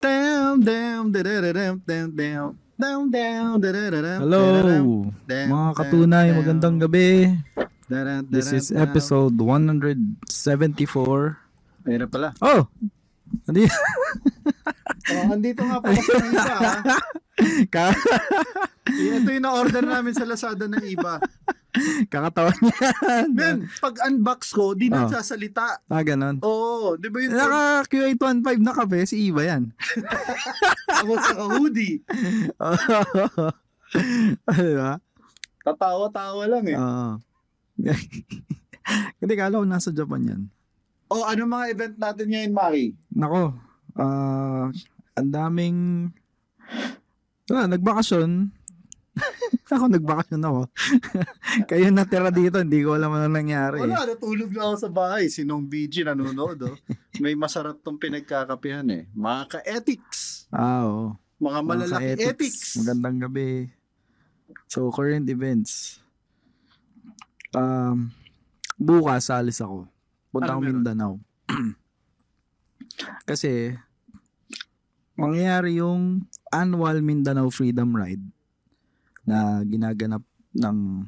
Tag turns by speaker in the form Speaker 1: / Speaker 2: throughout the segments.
Speaker 1: Down, down, da-da-da-dum, down, down. Down, down, da-da-da-dum, da-da-dum,
Speaker 2: Hello!
Speaker 1: down,
Speaker 2: Mga
Speaker 1: down,
Speaker 2: katunay,
Speaker 1: down.
Speaker 2: magandang gabi!
Speaker 1: Da-da-da-dum,
Speaker 2: This is
Speaker 1: down.
Speaker 2: episode 174.
Speaker 1: Ayun na pala.
Speaker 2: Oh! Hindi.
Speaker 1: Oh, andito nga pala sa iba. ha?
Speaker 2: Ka
Speaker 1: Ito yung na-order namin sa Lazada ng iba.
Speaker 2: kakatawa niyan.
Speaker 1: Men, pag unbox ko, di
Speaker 2: Oh.
Speaker 1: na sasalita.
Speaker 2: Ah, ganon.
Speaker 1: Oo, di ba yun?
Speaker 2: Naka Q815 na kape, si Iba yan.
Speaker 1: Ako sa hoodie.
Speaker 2: diba?
Speaker 1: Tatawa-tawa lang eh.
Speaker 2: Oo. Hindi, kala ko nasa Japan yan.
Speaker 1: Oh, ano mga event natin ngayon, Maki?
Speaker 2: Nako, ah, ang daming, ah, nagbakasyon. ako, nagbakasyon ako. Kayo natira dito, hindi ko alam ano nangyari. eh.
Speaker 1: Wala, natulog lang ako sa bahay. Sinong BG nanonood, oh. May masarap tong pinagkakapihan eh. Mga ka-ethics.
Speaker 2: Ah, oo.
Speaker 1: Mga
Speaker 2: Mga
Speaker 1: malalaki
Speaker 2: ka-ethics.
Speaker 1: ethics.
Speaker 2: Magandang gabi. So, current events. Um, bukas, alis ako. Punta
Speaker 1: Ano
Speaker 2: ko
Speaker 1: meron?
Speaker 2: Mindanao. Kasi, mangyayari yung annual Mindanao Freedom Ride na ginaganap ng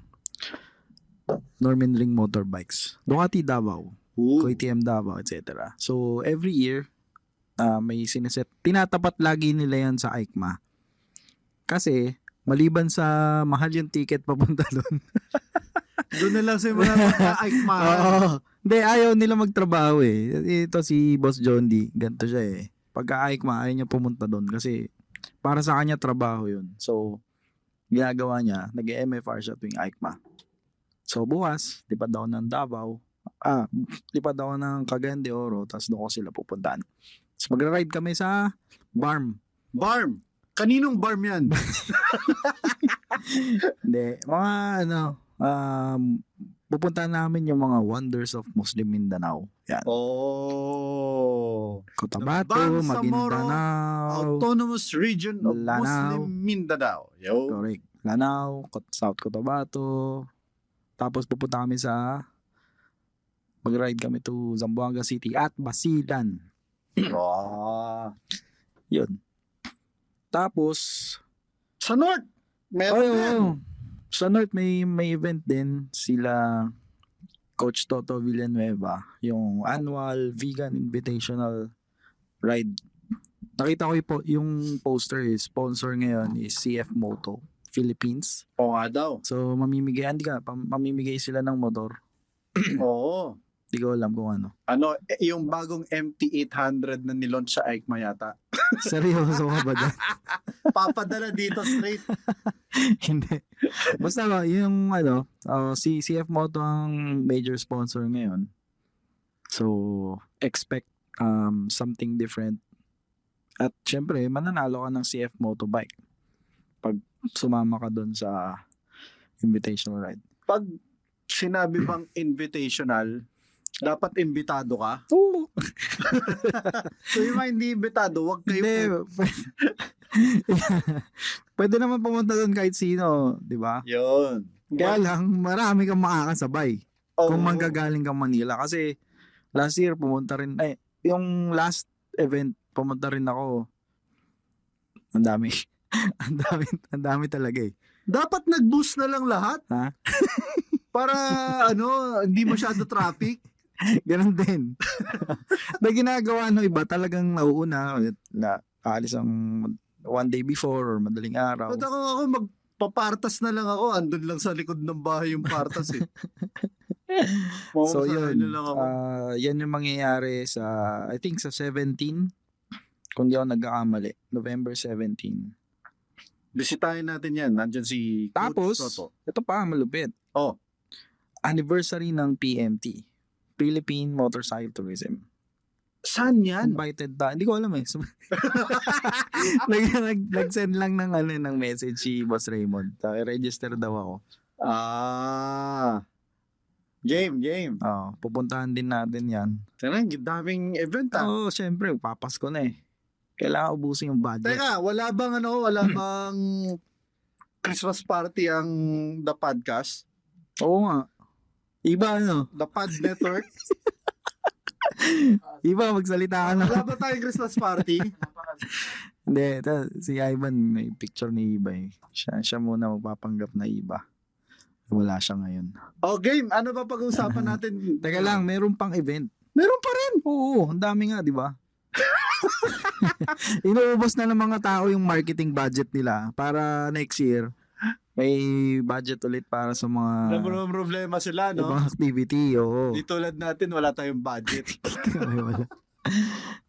Speaker 2: Norman Ring Motorbikes. Ducati Davao.
Speaker 1: Ooh.
Speaker 2: Koy TM Davao, etc. So, every year, ah, may sineset. Tinatapat lagi nila yan sa ICMA. Kasi, maliban sa mahal yung ticket papunta doon.
Speaker 1: Doon na lang simulan magka-aikmahan.
Speaker 2: Oo. Hindi, ayaw nila magtrabaho eh. Ito si Boss John D. Ganto siya eh. Pagka ICMA, ayaw niya pumunta doon kasi para sa kanya trabaho yun. So, ginagawa niya, nag-MFR siya tuwing ICMA. So, bukas, lipad ako ng Davao. Ah, lipad ako ng Cagayan de Oro, tapos doon ko sila pupuntaan. Tapos magra-ride kami sa Barm.
Speaker 1: Barm. Kaninong barm yan?
Speaker 2: Hindi, mga ano, um, pupunta namin yung mga wonders of Muslim Mindanao. Yan.
Speaker 1: Oh.
Speaker 2: Cotabato,
Speaker 1: Bansamoro,
Speaker 2: Maguindanao,
Speaker 1: Autonomous Region of
Speaker 2: Oh. Lanao.
Speaker 1: Muslim Mindanao. Yo.
Speaker 2: correct. Lanao, Cot- South Cotabato. Tapos pupunta kami sa mag-ride kami to Zamboanga City at Basilan.
Speaker 1: Ah.
Speaker 2: Yun. Tapos,
Speaker 1: Sa North. Meron
Speaker 2: Ay,
Speaker 1: yan.
Speaker 2: oo. Sa North may may event din sila Coach Toto Villanueva, yung annual vegan invitational ride. Nakita ko yung, po- yung poster eh, sponsor ngayon is CF Moto Philippines.
Speaker 1: Oo nga daw.
Speaker 2: So mamimigay hindi ka pam- mamimigay sila ng motor
Speaker 1: Oo.
Speaker 2: Hindi ko alam kung ano.
Speaker 1: Ano, eh, yung bagong MT-800 na nilaunch sa Ike Mayata.
Speaker 2: Seryoso ka ba dyan?
Speaker 1: Papadala dito straight.
Speaker 2: Hindi. Basta ba, yung ano, uh, si CF Moto ang major sponsor ngayon. So, expect um, something different. At syempre, mananalo ka ng CF Moto bike pag sumama ka doon sa invitational ride.
Speaker 1: Pag sinabi bang invitational, dapat imbitado ka.
Speaker 2: Oo.
Speaker 1: So yung mga hindi imbitado, wag
Speaker 2: Hindi.
Speaker 1: kayo.
Speaker 2: pwede- Pwede naman pumunta doon kahit sino, di ba?
Speaker 1: Yun.
Speaker 2: Kaya lang, marami kang makakasabay.
Speaker 1: Oo.
Speaker 2: kung manggagaling ka Manila kasi last year pumunta rin eh yung last event pumunta rin ako ang dami ang dami ang dami talaga eh
Speaker 1: Dapat nag-boost na lang lahat.
Speaker 2: Ha?
Speaker 1: Para ano, hindi masyado traffic.
Speaker 2: ganun din na ginagawa no iba talagang nauuna na aalis ang one day before or madaling araw
Speaker 1: Ba't ako, ako magpapartas na lang ako. Andun lang sa likod ng bahay yung partas eh.
Speaker 2: so
Speaker 1: Mamasahe
Speaker 2: yun
Speaker 1: na ano lang ako.
Speaker 2: ah, yan yung mangyayari sa I think sa 17 kung di ako nagkakamali November 17
Speaker 1: Bisitahin natin yan. Nandyan si Coach
Speaker 2: Tapos,
Speaker 1: Toto.
Speaker 2: ito pa, malupit.
Speaker 1: Oh.
Speaker 2: Anniversary ng PMT. Philippine Motorcycle Tourism.
Speaker 1: Saan yan?
Speaker 2: Invited ta. Hindi ko alam eh. Sum- nag, nag, nag-send lang ng, ano, ng message si Boss Raymond. Sabi, register daw ako.
Speaker 1: Ah. Game, game.
Speaker 2: Oo, pupuntahan din natin yan.
Speaker 1: Tara, daming event ah.
Speaker 2: Oo, oh, syempre. Papasko na eh. Kailangan ubusin yung budget.
Speaker 1: Teka, wala bang ano, wala bang Christmas party ang The Podcast?
Speaker 2: Oo nga. Iba ano?
Speaker 1: The Pod Network?
Speaker 2: Iba magsalita ka na.
Speaker 1: wala ba tayong Christmas party?
Speaker 2: Hindi, ito, si Ivan may picture ni Iba eh. Siya, siya muna magpapanggap na Iba. Wala siya ngayon.
Speaker 1: oh, game. Ano ba pag-uusapan natin?
Speaker 2: Teka lang, meron pang event.
Speaker 1: Meron pa rin.
Speaker 2: Oo, ang dami nga, di ba? Inuubos na ng mga tao yung marketing budget nila para next yeir may budget ulit para sa mga
Speaker 1: Alam mo naman problema sila, no?
Speaker 2: ibang activity. Oo.
Speaker 1: Di tulad natin, wala tayong budget.
Speaker 2: Ay, wala.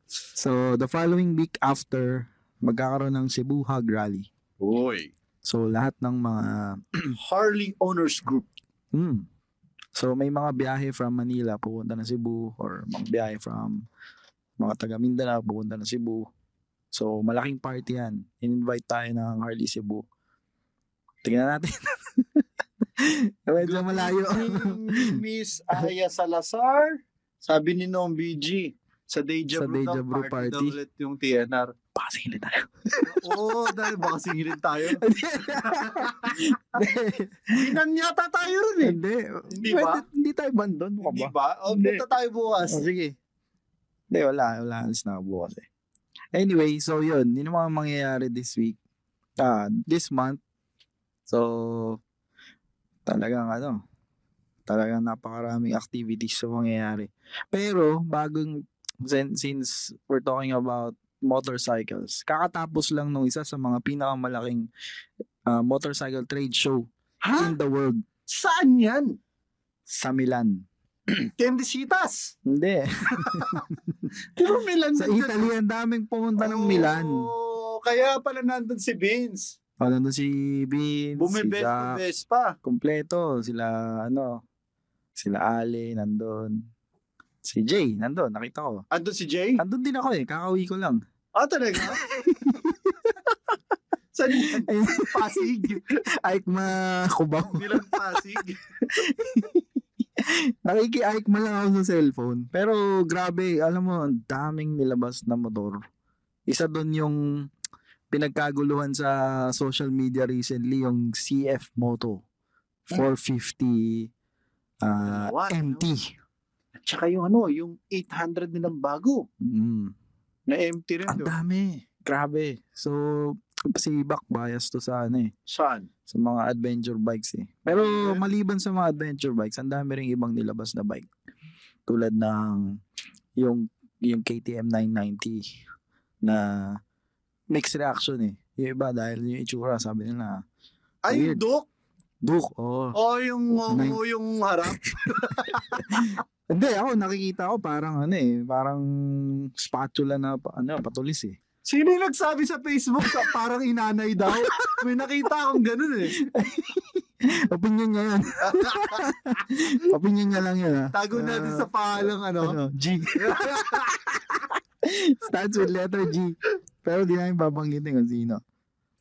Speaker 2: so, the following week after, magkakaroon ng Cebu Hug Rally.
Speaker 1: Uy.
Speaker 2: So, lahat ng mga
Speaker 1: Harley Owners Group.
Speaker 2: Mm. So may mga biyahe from Manila pupunta ng Cebu or mga biyahe from mga taga Mindanao pupunta ng Cebu. So malaking party yan. In-invite tayo ng Harley Cebu. Tingnan natin. Medyo malayo.
Speaker 1: Good Miss Aya Salazar. Sabi ni Noong BG, sa Deja
Speaker 2: Sa
Speaker 1: Brew,
Speaker 2: Deja
Speaker 1: daw,
Speaker 2: Brew
Speaker 1: party,
Speaker 2: party.
Speaker 1: daw ulit yung TNR.
Speaker 2: Pasingin tayo.
Speaker 1: Oo, dahil baka singilin tayo. Pinanyata tayo rin eh.
Speaker 2: Hindi.
Speaker 1: Hindi
Speaker 2: Pwede-
Speaker 1: ba?
Speaker 2: Hindi tayo bandon. Huwag
Speaker 1: Di
Speaker 2: ba?
Speaker 1: ba? O,
Speaker 2: Hindi.
Speaker 1: punta tayo bukas.
Speaker 2: Oh, sige. Hindi, wala. Wala. Alis na ako bukas eh. Anyway, so yun. Yun yung mga mangyayari this week. Ah, this month. So, talagang ano, talagang napakaraming activities sa mangyayari. Pero, bagong, sin- since we're talking about motorcycles, kakatapos lang nung isa sa mga pinakamalaking ah, motorcycle trade show
Speaker 1: Ha?
Speaker 2: in the world
Speaker 1: Saan yan?
Speaker 2: sa Milan.
Speaker 1: Tendisitas.
Speaker 2: Hindi.
Speaker 1: Puro Milan.
Speaker 2: sa
Speaker 1: din yan.
Speaker 2: Italy, ang daming pumunta ng Milan.
Speaker 1: Oo, Kaya pala nandun si Vince.
Speaker 2: Oh, nandun si Beans, si
Speaker 1: Bumibes,
Speaker 2: Jack,
Speaker 1: bumibes pa.
Speaker 2: kompleto. Sila, ano, sila Ale, nandun. Si Jay, nandun, nakita ko.
Speaker 1: Andun si Jay.
Speaker 2: Nandun din ako eh, kakauwi ko lang.
Speaker 1: Ah, talaga? Saan yan? Pasig.
Speaker 2: Ike Ma Kubaw.
Speaker 1: Milan Pasig.
Speaker 2: Nakiki-Ike Ma lang ako sa cellphone. Pero grabe, alam mo, ang daming nilabas na motor. Isa doon yung pinagkaguluhan sa social media recently, yung CF Moto 450 ah,
Speaker 1: Dalawa,
Speaker 2: MT.
Speaker 1: At saka yung ano, yung 800 nilang bago.
Speaker 2: Mm.
Speaker 1: Na empty rin.
Speaker 2: Ang
Speaker 1: di ba?
Speaker 2: dami. Grabe. So, si Back bias to sa ano eh,
Speaker 1: Saan?
Speaker 2: sa mga adventure bikes eh. Pero
Speaker 1: Yeah.
Speaker 2: maliban sa mga adventure bikes, ang dami ring ibang nilabas na bike. Tulad ng yung yung KTM 990 na mixed reaction eh. Yung iba dahil yung itsura sabi nila
Speaker 1: Ay, Oh.
Speaker 2: Weird.
Speaker 1: Dok.
Speaker 2: Book, oo.
Speaker 1: O yung, o,
Speaker 2: May-
Speaker 1: o yung harap.
Speaker 2: Hindi, ako nakikita ko parang ano eh, parang spatula na pa- ano, patulis eh.
Speaker 1: Sino yung nagsabi sa Facebook na parang inanay daw? May nakita akong ganun eh.
Speaker 2: Opinion niya yan. Opinion niya lang yun ah.
Speaker 1: Tago natin sa pangalang ano.
Speaker 2: ano, G. Starts with letter G. Pero di namin babanggitin kung sino.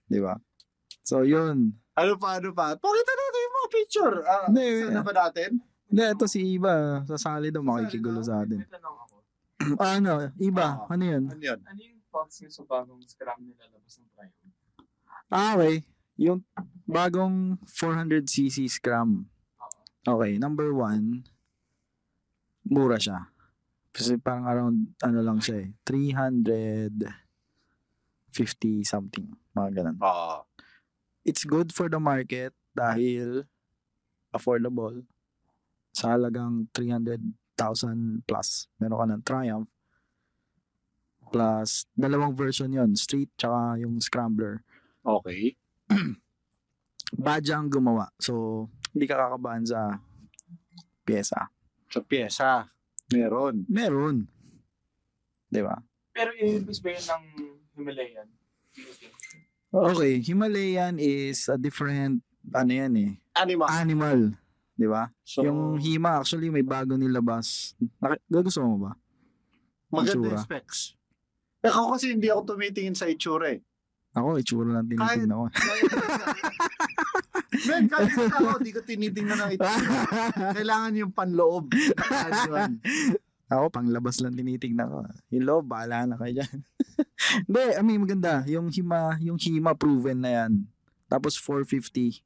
Speaker 2: Di ba? So yun.
Speaker 1: Ano pa, ano pa? Pakita natin yung mga picture. Ah,
Speaker 2: Hindi,
Speaker 1: saan na ba natin?
Speaker 2: Hindi, ito si Iba. Sasali daw makikigulo sa atin. Ah, ano, Iba. Ano yun?
Speaker 1: Ano yun?
Speaker 3: Ano yung thoughts niyo sa bagong scrum nila labas ng Triumph?
Speaker 2: Ah, okay. Yung bagong 400cc scrum. Okay, number one, mura siya. Kasi parang around, ano lang siya eh, 350 something, mga ganun.
Speaker 1: Oo.
Speaker 2: It's good for the market dahil affordable. Sa halagang 300,000 plus, meron ka ng Triumph. Plus, dalawang version yon street tsaka yung scrambler
Speaker 1: okay.
Speaker 2: badya ang gumawa. So, hindi ka kakabahan sa pyesa.
Speaker 1: Sa pyesa. Meron.
Speaker 2: Meron. Di ba?
Speaker 3: Pero i-release ba yun ng Himalayan?
Speaker 2: Okay, Himalayan is a different, ano yan eh,
Speaker 1: Anima.
Speaker 2: animal. Di ba?
Speaker 1: So,
Speaker 2: Yung Hima, actually, may bago nilabas. Naki- Gusto mo ba?
Speaker 1: maganda
Speaker 2: itsura.
Speaker 1: yung specs. Ako kasi hindi ako tumitingin sa itsura eh.
Speaker 2: Ako, itsura lang tinitignan ko.
Speaker 1: Men, kahit isa ako, di ko tinitingnan ang itsura. Kailangan yung panloob. Ano yun?
Speaker 2: Ako, panglabas lang tinitignan ko. Yung loob, bahala na kayo dyan. Hindi, I mean, maganda. Yung hima, yung hima proven na yan. Tapos 450.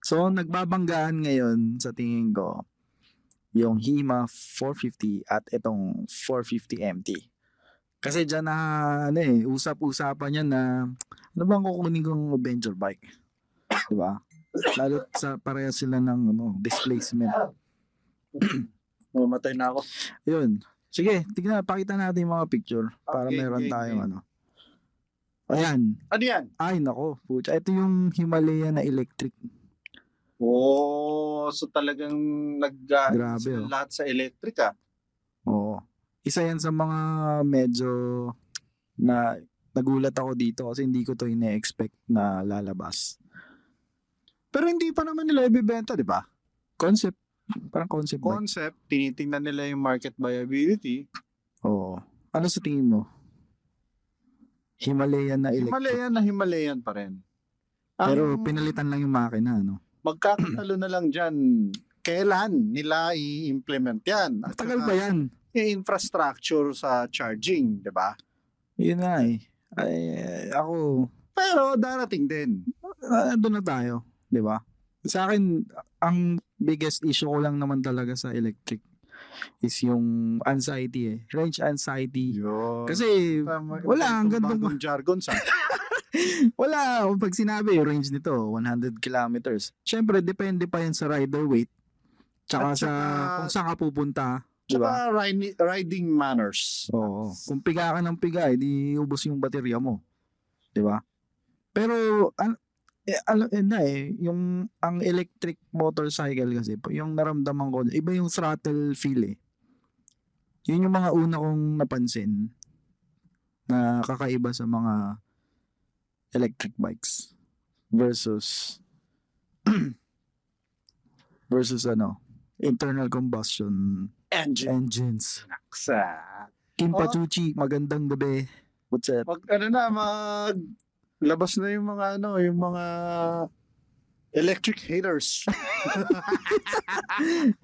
Speaker 2: So, nagbabanggaan ngayon sa tingin ko yung Hima 450 at itong 450 MT. Kasi dyan na, ano eh, usap-usapan yan na, ano bang kukunin kong adventure bike? Di ba? Lalo sa pareha sila ng ano, displacement.
Speaker 1: Mamatay na ako.
Speaker 2: Yun. Sige, tignan, pakita natin yung mga picture para
Speaker 1: Okay,
Speaker 2: meron
Speaker 1: okay,
Speaker 2: tayong
Speaker 1: okay.
Speaker 2: ano. Ayan.
Speaker 1: Ano yan?
Speaker 2: Ay, nako. Pucha. Ito yung Himalaya na electric.
Speaker 1: Oh, so talagang nag
Speaker 2: Grabe,
Speaker 1: sila
Speaker 2: oh.
Speaker 1: lahat sa electric ah.
Speaker 2: Oo. Isa yan sa mga medyo na nagulat ako dito kasi hindi ko to ine-expect na lalabas.
Speaker 1: Pero hindi pa naman nila ibibenta, di ba?
Speaker 2: Concept. Parang concept bike.
Speaker 1: Concept, tinitingnan nila yung market viability.
Speaker 2: Oo. Ano sa tingin mo? Himalaya na electric.
Speaker 1: Himalayan na Himalayan pa rin. Ang
Speaker 2: Pero pinalitan lang yung makina, ano?
Speaker 1: magkakatalo na lang dyan, kailan nila i-implement yan? At
Speaker 2: Matagal
Speaker 1: saka
Speaker 2: ba yan?
Speaker 1: Yung infrastructure sa charging, di ba?
Speaker 2: Yun nga eh. Ay, ako,
Speaker 1: Pero darating din.
Speaker 2: Ah, doon na tayo, 'di ba? Sa akin ang biggest issue ko lang naman talaga sa electric is yung anxiety eh. Range anxiety.
Speaker 1: Yun.
Speaker 2: Kasi wala, ang ganda
Speaker 1: gandong bagong jargon sa
Speaker 2: wala pag sinabi yung range nito 100 kilometers. Syempre depende pa yan sa rider weight. Tsaka,
Speaker 1: At saka-
Speaker 2: sa kung saan ka pupunta, 'di ba?
Speaker 1: Tsaka riding, riding manners.
Speaker 2: Oo. Kung piga ka ng piga, edi ubos yung baterya mo. 'Di ba? Pero an eh, alam eh, na eh, yung ang electric motorcycle kasi, po, yung naramdaman ko, iba yung throttle feel eh. Yun yung mga una kong napansin na kakaiba sa mga electric bikes versus versus ano, internal combustion
Speaker 1: Engine.
Speaker 2: engines.
Speaker 1: Sa...
Speaker 2: Kim
Speaker 1: Oo.
Speaker 2: Pachuchi, magandang gabi. What's up?
Speaker 1: Mag, ano na, mag... Labas na yung mga ano, yung mga electric haters.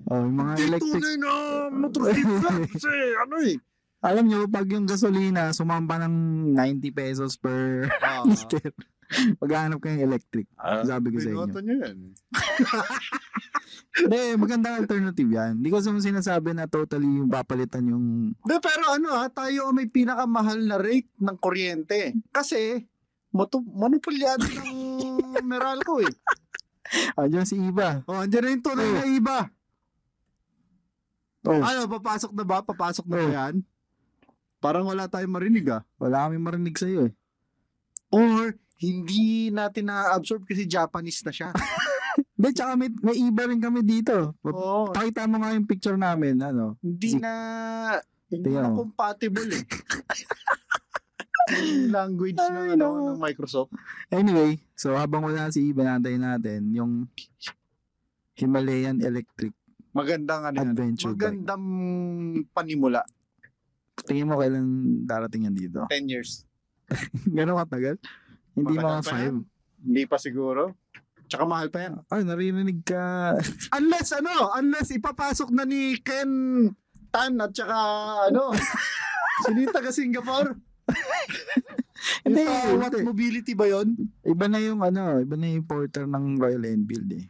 Speaker 2: Oh, yung mga electric.
Speaker 1: Tunay Ah. na motorcycle kasi ano eh.
Speaker 2: Alam nyo, pag yung gasolina sumamba ng 90 pesos per
Speaker 1: Ah,
Speaker 2: liter, maghanap kayong electric.
Speaker 1: Ah,
Speaker 2: Sabi ko sa
Speaker 1: binoto
Speaker 2: inyo.
Speaker 1: nyo yan.
Speaker 2: Hindi, magandang alternative yan. Hindi ko sa sinasabi na totally yung papalitan yung...
Speaker 1: De, pero ano ha, tayo ang may pinakamahal na rate ng kuryente. Kasi, moto, monopolyado ng Meralco eh.
Speaker 2: Ah, dyan si Iba.
Speaker 1: Oh, andyan na yung tunay na iba.
Speaker 2: Oh,
Speaker 1: Ano, papasok na ba? Papasok na ba yan? Parang wala tayong marinig ah.
Speaker 2: wala kami marinig sa'yo eh.
Speaker 1: Or, hindi natin na-absorb kasi Japanese na siya.
Speaker 2: Hindi, Hindi, tsaka may, may iba rin kami dito. Pa-
Speaker 1: Oo.
Speaker 2: Pakita mo nga yung picture namin, ano.
Speaker 1: Hindi na, hindi na
Speaker 2: Tingnan mo.
Speaker 1: compatible eh. Yung language
Speaker 2: Ay,
Speaker 1: ng, ano,
Speaker 2: nako.
Speaker 1: ng Microsoft.
Speaker 2: Anyway, so habang wala si Iba, nantayin natin yung Himalayan Electric
Speaker 1: Magandang ano yan.
Speaker 2: Adventure Bike.
Speaker 1: Magandang panimula.
Speaker 2: Tingin mo kailan darating yan dito?
Speaker 1: 10 years.
Speaker 2: Ganun katagal? Hindi
Speaker 1: Matagal
Speaker 2: mga
Speaker 1: pa
Speaker 2: five.
Speaker 1: Hindi pa siguro. Tsaka mahal pa yan.
Speaker 2: Ay, naririnig ka.
Speaker 1: Unless ano, unless ipapasok na ni Ken Tan at tsaka ano, sinita ka Singapore.
Speaker 2: Hindi,
Speaker 1: Yung sa what
Speaker 2: hindi.
Speaker 1: mobility ba yon?
Speaker 2: Iba na yung ano, iba na yung porter ng Royal Enfield eh.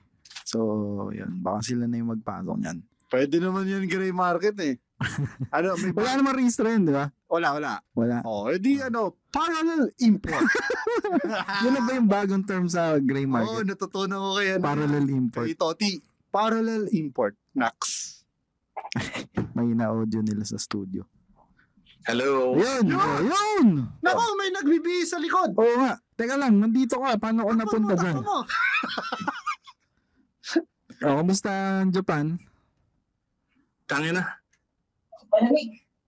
Speaker 2: So, yun. Baka sila na yung magpasok niyan.
Speaker 1: Pwede naman yun gray market eh. ano, may
Speaker 2: Wala Ah. namang registro yun, di ba?
Speaker 1: Wala, wala.
Speaker 2: Wala.
Speaker 1: Oh, edi ano, parallel import.
Speaker 2: Yun na ba yung bagong term sa gray
Speaker 1: Oo,
Speaker 2: market?
Speaker 1: natutunan ko kayo.
Speaker 2: Parallel
Speaker 1: Kay
Speaker 2: import.
Speaker 1: Toti. Parallel import. Nax.
Speaker 2: May ina-audio nila sa studio.
Speaker 4: Hello.
Speaker 2: Yun! oh, Yun!
Speaker 1: Nako,
Speaker 2: Oh.
Speaker 1: may nagbibihis sa likod.
Speaker 2: Oo nga. Teka lang, nandito ka. Paano ko napunta dyan?
Speaker 1: Ano mo?
Speaker 2: Oh, kamusta ang Japan?
Speaker 4: Tangin na.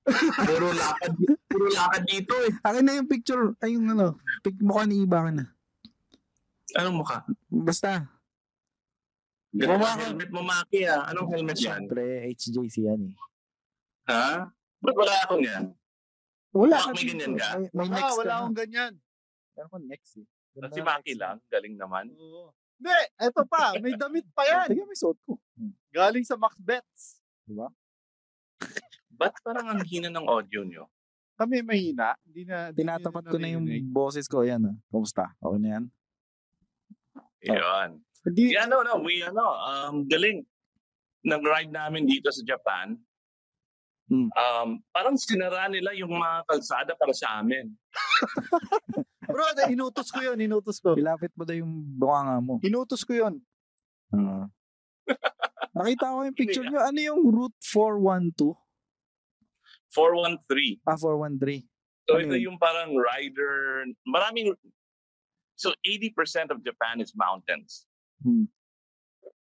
Speaker 4: Puro lakad, puro lakad dito eh.
Speaker 2: Akin na yung picture. Ay, yung ano. Pic, mukha ni Iba ka na.
Speaker 4: Anong mukha?
Speaker 2: Basta.
Speaker 4: Ganun
Speaker 2: Mukha
Speaker 4: ang
Speaker 2: ko.
Speaker 4: helmet mo, Maki ah. Anong helmet yan?
Speaker 2: Pre, HJC yan eh.
Speaker 4: Ha? Ba't wala akong yan?
Speaker 2: Wala
Speaker 4: Bakit Ah, may ganyan ka?
Speaker 2: May, may
Speaker 1: Wala,
Speaker 2: next
Speaker 1: Ah, wala
Speaker 2: ka
Speaker 1: akong ganyan.
Speaker 2: Meron ko next eh. Ganda
Speaker 4: Si
Speaker 2: na
Speaker 4: Maki
Speaker 2: next.
Speaker 4: lang. Galing naman.
Speaker 1: Oo. Hindi, eto pa. May damit pa yan. Hmm.
Speaker 2: Teka, may suot ko.
Speaker 1: Galing sa Max Bets.
Speaker 4: Ba't parang ang hina ng audio nyo?
Speaker 1: Kami mahina. Hindi na, hindi na
Speaker 2: Tinatapat ko na yung
Speaker 1: narinig.
Speaker 2: boses ko. Yan ah. Kamusta? Okay na yan?
Speaker 4: Yun.
Speaker 1: Hindi,
Speaker 4: Yeah, no, no. We, ano, um, galing. Nag-ride namin dito sa Japan.
Speaker 2: Hmm.
Speaker 4: Um, parang sinara nila yung mga kalsada para sa amin.
Speaker 1: bro, na- inutos ko yun, inutos ko.
Speaker 2: Ilapit mo daw yung bunganga mo.
Speaker 1: Inutos ko yun.
Speaker 2: Ah. Nakita ko yung picture nyo. Ano yung route 412?
Speaker 4: 413.
Speaker 2: Ah, 413.
Speaker 4: So
Speaker 2: Ano
Speaker 4: ito
Speaker 2: yun?
Speaker 4: yung parang rider, maraming, so 80% of Japan is mountains.
Speaker 2: Hmm.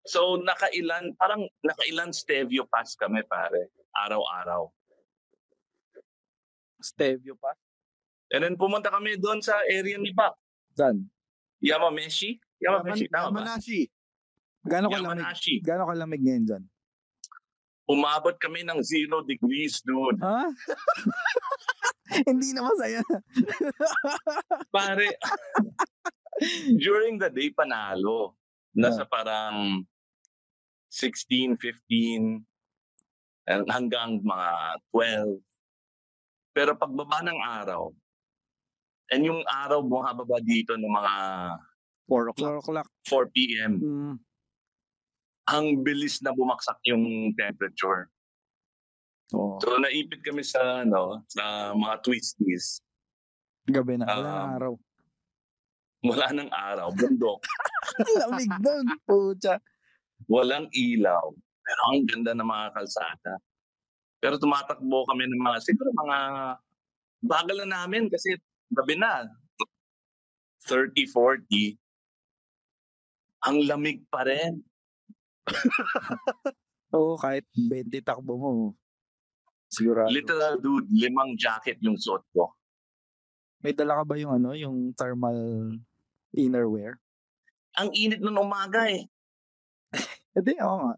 Speaker 4: So nakailan, parang nakailan Stevio Pass kami pare, araw-araw.
Speaker 2: Stevio pa.
Speaker 4: And then pumunta kami doon sa area ni Bak,
Speaker 2: Saan?
Speaker 4: Yamameshi? Yamameshi, tama ba?
Speaker 1: Yamanashi.
Speaker 2: Gaano kalamig?
Speaker 4: Yamanashi.
Speaker 2: Gaano kalamig ngayon dyan?
Speaker 4: Umabot kami ng zero degrees, dude.
Speaker 2: Ha? Hindi na masaya.
Speaker 4: Pare, during the day panalo. Nasa parang 16, 15, and hanggang mga 12. Pero pagbaba ng araw, and yung araw bumababa dito ng mga
Speaker 1: 4 o'clock.
Speaker 2: 4 o'clock.
Speaker 4: 4 p.m.,
Speaker 2: Mm.
Speaker 4: ang bilis na bumaksak yung temperature.
Speaker 2: Oo.
Speaker 4: So naipit kami sa ano, sa mga twisties.
Speaker 2: Gabi na. Wala
Speaker 4: Um,
Speaker 2: na araw.
Speaker 4: Wala ng araw, bundok,
Speaker 2: Lamig doon. Pucha.
Speaker 4: walang ilaw. Pero ang ganda ng mga kalsada. Pero tumatakbo kami ng mga, siguro mga, bagal na namin kasi gabi na, 30, 40. Ang lamig pa rin.
Speaker 2: Oo, kahit 20 takbo mo. Sigurado.
Speaker 4: Literal dude, limang jacket yung suot ko.
Speaker 2: May dala ka ba yung ano, yung thermal innerwear?
Speaker 4: Ang init ng umaga eh.
Speaker 2: Hindi, oo nga.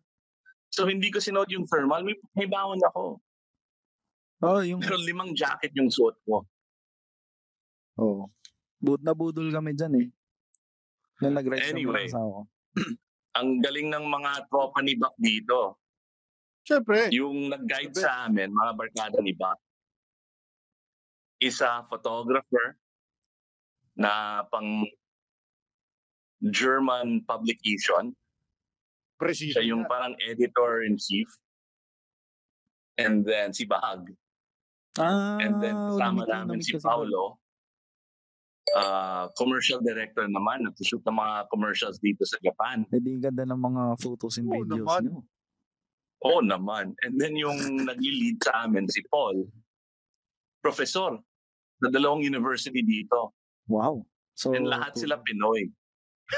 Speaker 4: So hindi ko sinuot yung thermal, may, may bawon ako.
Speaker 2: Oo, yung...
Speaker 4: Pero limang jacket yung suot ko.
Speaker 2: Oo. Bud na budol kami dyan eh. Nung nag-ride
Speaker 4: Anyway.
Speaker 2: sa mga asawa ko.
Speaker 4: Ang galing ng mga tropa ni Bak dito.
Speaker 1: Siyempre.
Speaker 4: Yung nag-guide sa amin, mga barkada ni Bak. Isa photographer na pang German publication.
Speaker 1: Precision.
Speaker 4: Siya yung
Speaker 1: na.
Speaker 4: parang editor-in-chief. And then si Bahag.
Speaker 2: Ah,
Speaker 4: And then kasama
Speaker 2: lamig-
Speaker 4: namin
Speaker 2: lamig
Speaker 4: si
Speaker 2: kasi doon.
Speaker 4: Paolo, ah, commercial director naman, nagsushoot ng mga commercials dito sa Japan.
Speaker 2: Eh, di ganda ng mga photos and
Speaker 1: Oo
Speaker 2: videos
Speaker 1: naman.
Speaker 2: niyo.
Speaker 4: Oo naman. And then yung nag-lead sa amin, si Paul, professor sa dalawang university dito.
Speaker 2: Wow. So,
Speaker 4: And lahat sila Pinoy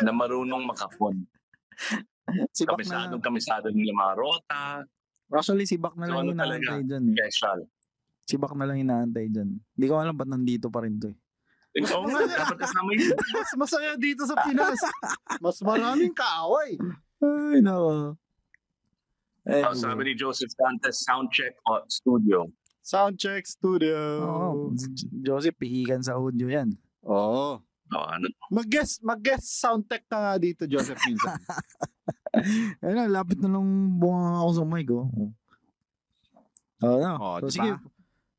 Speaker 4: na marunong makapon.
Speaker 2: Si Bak na
Speaker 4: Kamisadong kamisado nila mga rota.
Speaker 2: Actually, si Bak na
Speaker 4: So,
Speaker 2: lang
Speaker 4: ano
Speaker 2: yung
Speaker 4: talaga?
Speaker 2: inaantay dyan. Eh.
Speaker 4: Special.
Speaker 2: Si Bak na lang inaantay dyan. Hindi ko alam ba't nandito pa rin to. Eh.
Speaker 4: Oo nga, dapat kasama yun.
Speaker 1: Mas masaya dito sa Pinas. Mas maraming kaaway.
Speaker 2: Ay, nako. Eh,
Speaker 4: Oh, sabi ni Joseph Santos, soundcheck o oh, studio.
Speaker 1: Soundcheck studio.
Speaker 2: Oo. J- Joseph, pihikan sa audio yan.
Speaker 1: Oo.
Speaker 4: Oh, ano?
Speaker 1: Mag-guess, mag-guess sound tech ka nga dito, Joseph Pinsan.
Speaker 2: Ayun na, lapit na nung bunga ako sa mic, oh. Oo na.
Speaker 1: Oh,
Speaker 2: so,
Speaker 1: diba?
Speaker 2: sige,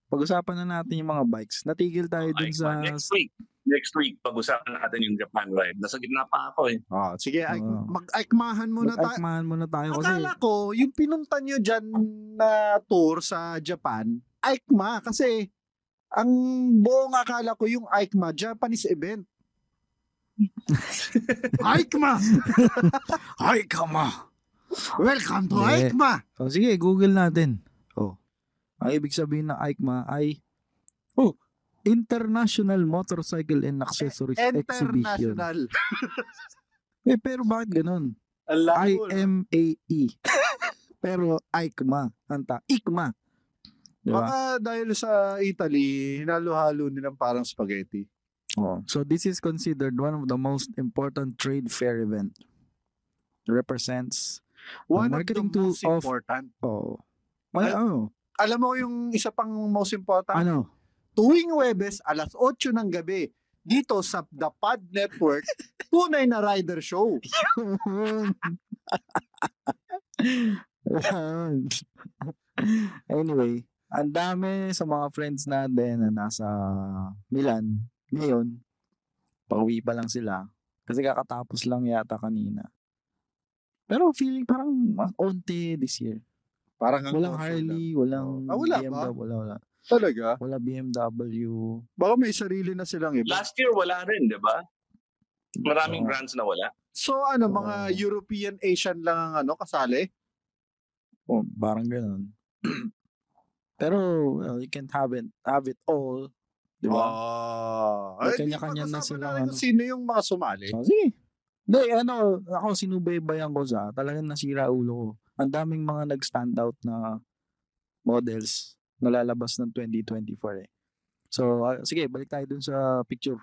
Speaker 2: pag-usapan na natin yung mga bikes. Natigil tayo dun
Speaker 4: Ay,
Speaker 2: sa...
Speaker 4: Next week. Next week, pag-usapan natin yung Japan ride. Nasa gitna pa ako eh.
Speaker 1: oh, sige, ay,
Speaker 2: Oo.
Speaker 1: mag-aikmahan muna tayo.
Speaker 2: Mag-akmahan muna tayo kasi...
Speaker 1: Akala ko, yung pinunta nyo dyan na tour sa Japan, Aikma, kasi ang buong akala ko yung Aikma, Japanese event. Aikma! Aikma! Welcome to
Speaker 2: Hindi.
Speaker 1: Aikma!
Speaker 2: So, Oh, sige, Google natin. Oh. Ang ibig sabihin ng EICMA ay... Oh, International Motorcycle and Accessories Exhibition.
Speaker 1: International.
Speaker 2: Eh, pero bakit ganun?
Speaker 3: Alam ko, no?
Speaker 2: I-M-A-E. E. pero EICMA. Anta, ICMA. Diba?
Speaker 1: Baka dahil sa Italy, hinalo-halo nilang parang spaghetti.
Speaker 2: Oh. So this is considered one of the most important trade fair event. Represents
Speaker 1: One
Speaker 2: Marketing
Speaker 1: of the most
Speaker 2: tool of-
Speaker 1: important.
Speaker 2: oh. Well,
Speaker 1: Al-
Speaker 2: ano?
Speaker 1: Alam mo yung isa pang most important?
Speaker 2: Ano?
Speaker 1: tuwing Webes alas 8 ng gabi dito sa The Pod Network, tunay na rider show.
Speaker 2: Ayun. anyway, ang dami sa mga friends natin na nasa Milan ngayon. Pauwi pa lang sila. Kasi kakatapos lang yata kanina. Pero feeling parang onte this year.
Speaker 1: Parang
Speaker 2: Walang Harley, walang
Speaker 1: Ah, wala ba?
Speaker 2: BMW, wala, wala.
Speaker 1: Talaga?
Speaker 2: Wala BMW.
Speaker 1: Baka may sarili na silang iba.
Speaker 4: Last year, wala rin, di ba? Maraming brands na wala.
Speaker 1: So ano, mga
Speaker 2: Oh.
Speaker 1: European, Asian lang ang ano, kasali?
Speaker 2: Oh, parang ganun. Pero, well, you can't have it, have it all. Di ba?
Speaker 1: Ah. Ay,
Speaker 2: May
Speaker 1: di
Speaker 2: kanya-kanya
Speaker 1: pa
Speaker 2: na
Speaker 1: kasama
Speaker 2: silang
Speaker 1: natin
Speaker 2: ano.
Speaker 1: kung Sino yung mga sumali?
Speaker 2: Oh, sige. Hindi, ano, ako sinubaybayan ko sa, talagang nasira ulo ko. Ang daming mga nag-stand out na models na lalabas ng 2024 eh. So, ah, sige, balik tayo dun sa picture.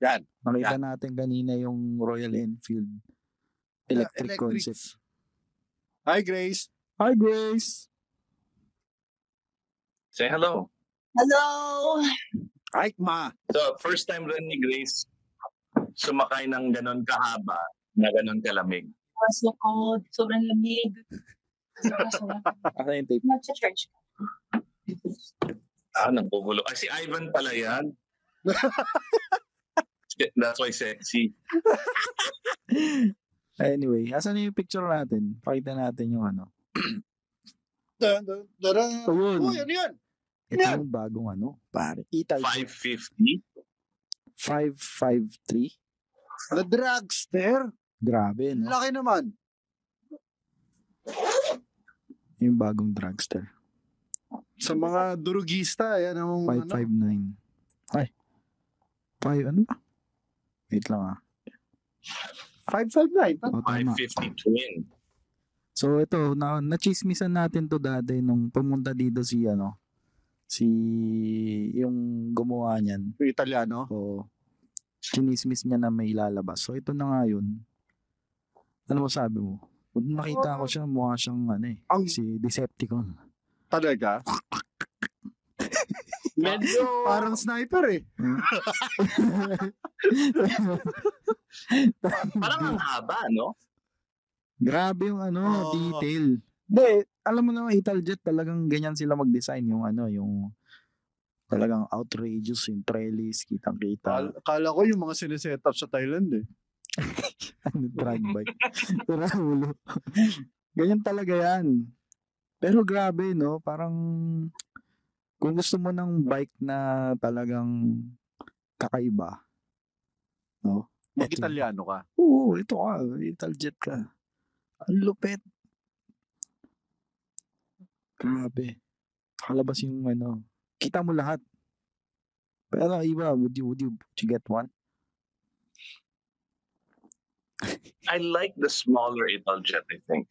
Speaker 1: Yan.
Speaker 2: Nakita natin kanina yung Royal Enfield
Speaker 1: Ah, Electric.
Speaker 2: electric, concept.
Speaker 1: Hi, Grace.
Speaker 2: Hi, Grace!
Speaker 4: Say hello.
Speaker 5: Hello!
Speaker 1: Hi, Ma.
Speaker 4: So, first time rin ni Grace sumakay ng ganon kahaba na ganon kalamig.
Speaker 5: Was so cold. Sobrang lamig.
Speaker 2: Asa yung tape?
Speaker 5: Nag-church ka.
Speaker 4: Ah, nagugulo. Ah, si Ivan pala yan. That's why sexy.
Speaker 2: Anyway, asan na yung picture natin? Pakita natin yung ano.
Speaker 1: Dun, dun, dun, dun.
Speaker 2: Ayun.
Speaker 1: Uy, ano yun?
Speaker 2: Ito
Speaker 1: Yan.
Speaker 2: yung bagong ano, pare. Ital
Speaker 4: 550.
Speaker 2: 553.
Speaker 1: The Dragster.
Speaker 2: Grabe, no?
Speaker 1: Laki naman.
Speaker 2: Yung bagong dragster.
Speaker 1: Sa mga durugista, yan ang ano.
Speaker 2: 559. Ay. 5 ano ba? Wait lang ah.
Speaker 1: 559.
Speaker 2: O, tama.
Speaker 4: 550 twin.
Speaker 2: So ito, na nachismisan natin to dati nung pumunta dito si ano, si yung gumawa niyan.
Speaker 1: Yung Italiano.
Speaker 2: O chinismis niya na may lalabas. So ito na nga yun. Ano masabi mo? Nung nakita ko siya, mukha siyang ano eh,
Speaker 1: Ang-
Speaker 2: si Decepticon.
Speaker 1: Talaga?
Speaker 4: Medyo
Speaker 1: Parang sniper eh.
Speaker 4: parang ang haba, no?
Speaker 2: Grabe yung ano,
Speaker 1: Oo.
Speaker 2: detail. Hindi, alam mo naman, Italjet talagang ganyan sila mag-design yung ano, yung talagang outrageous yung trellis, kitang-kita,
Speaker 1: Kal- kala ko yung mga sineset up sa Thailand eh.
Speaker 2: ano, drag bike. Pero ulo. ganyan talaga yan. Pero grabe, no? Parang, kung gusto mo ng bike na talagang kakaiba, no?
Speaker 1: Mag
Speaker 2: Ito.
Speaker 1: Italiano ka.
Speaker 2: Oo, ito ka. Italjet ka. Ang lupet. Grabe. Kalabas yung ano. Kita mo lahat. Pero iba, would you, would you, would you get one?
Speaker 4: I like the smaller Italjet, I think.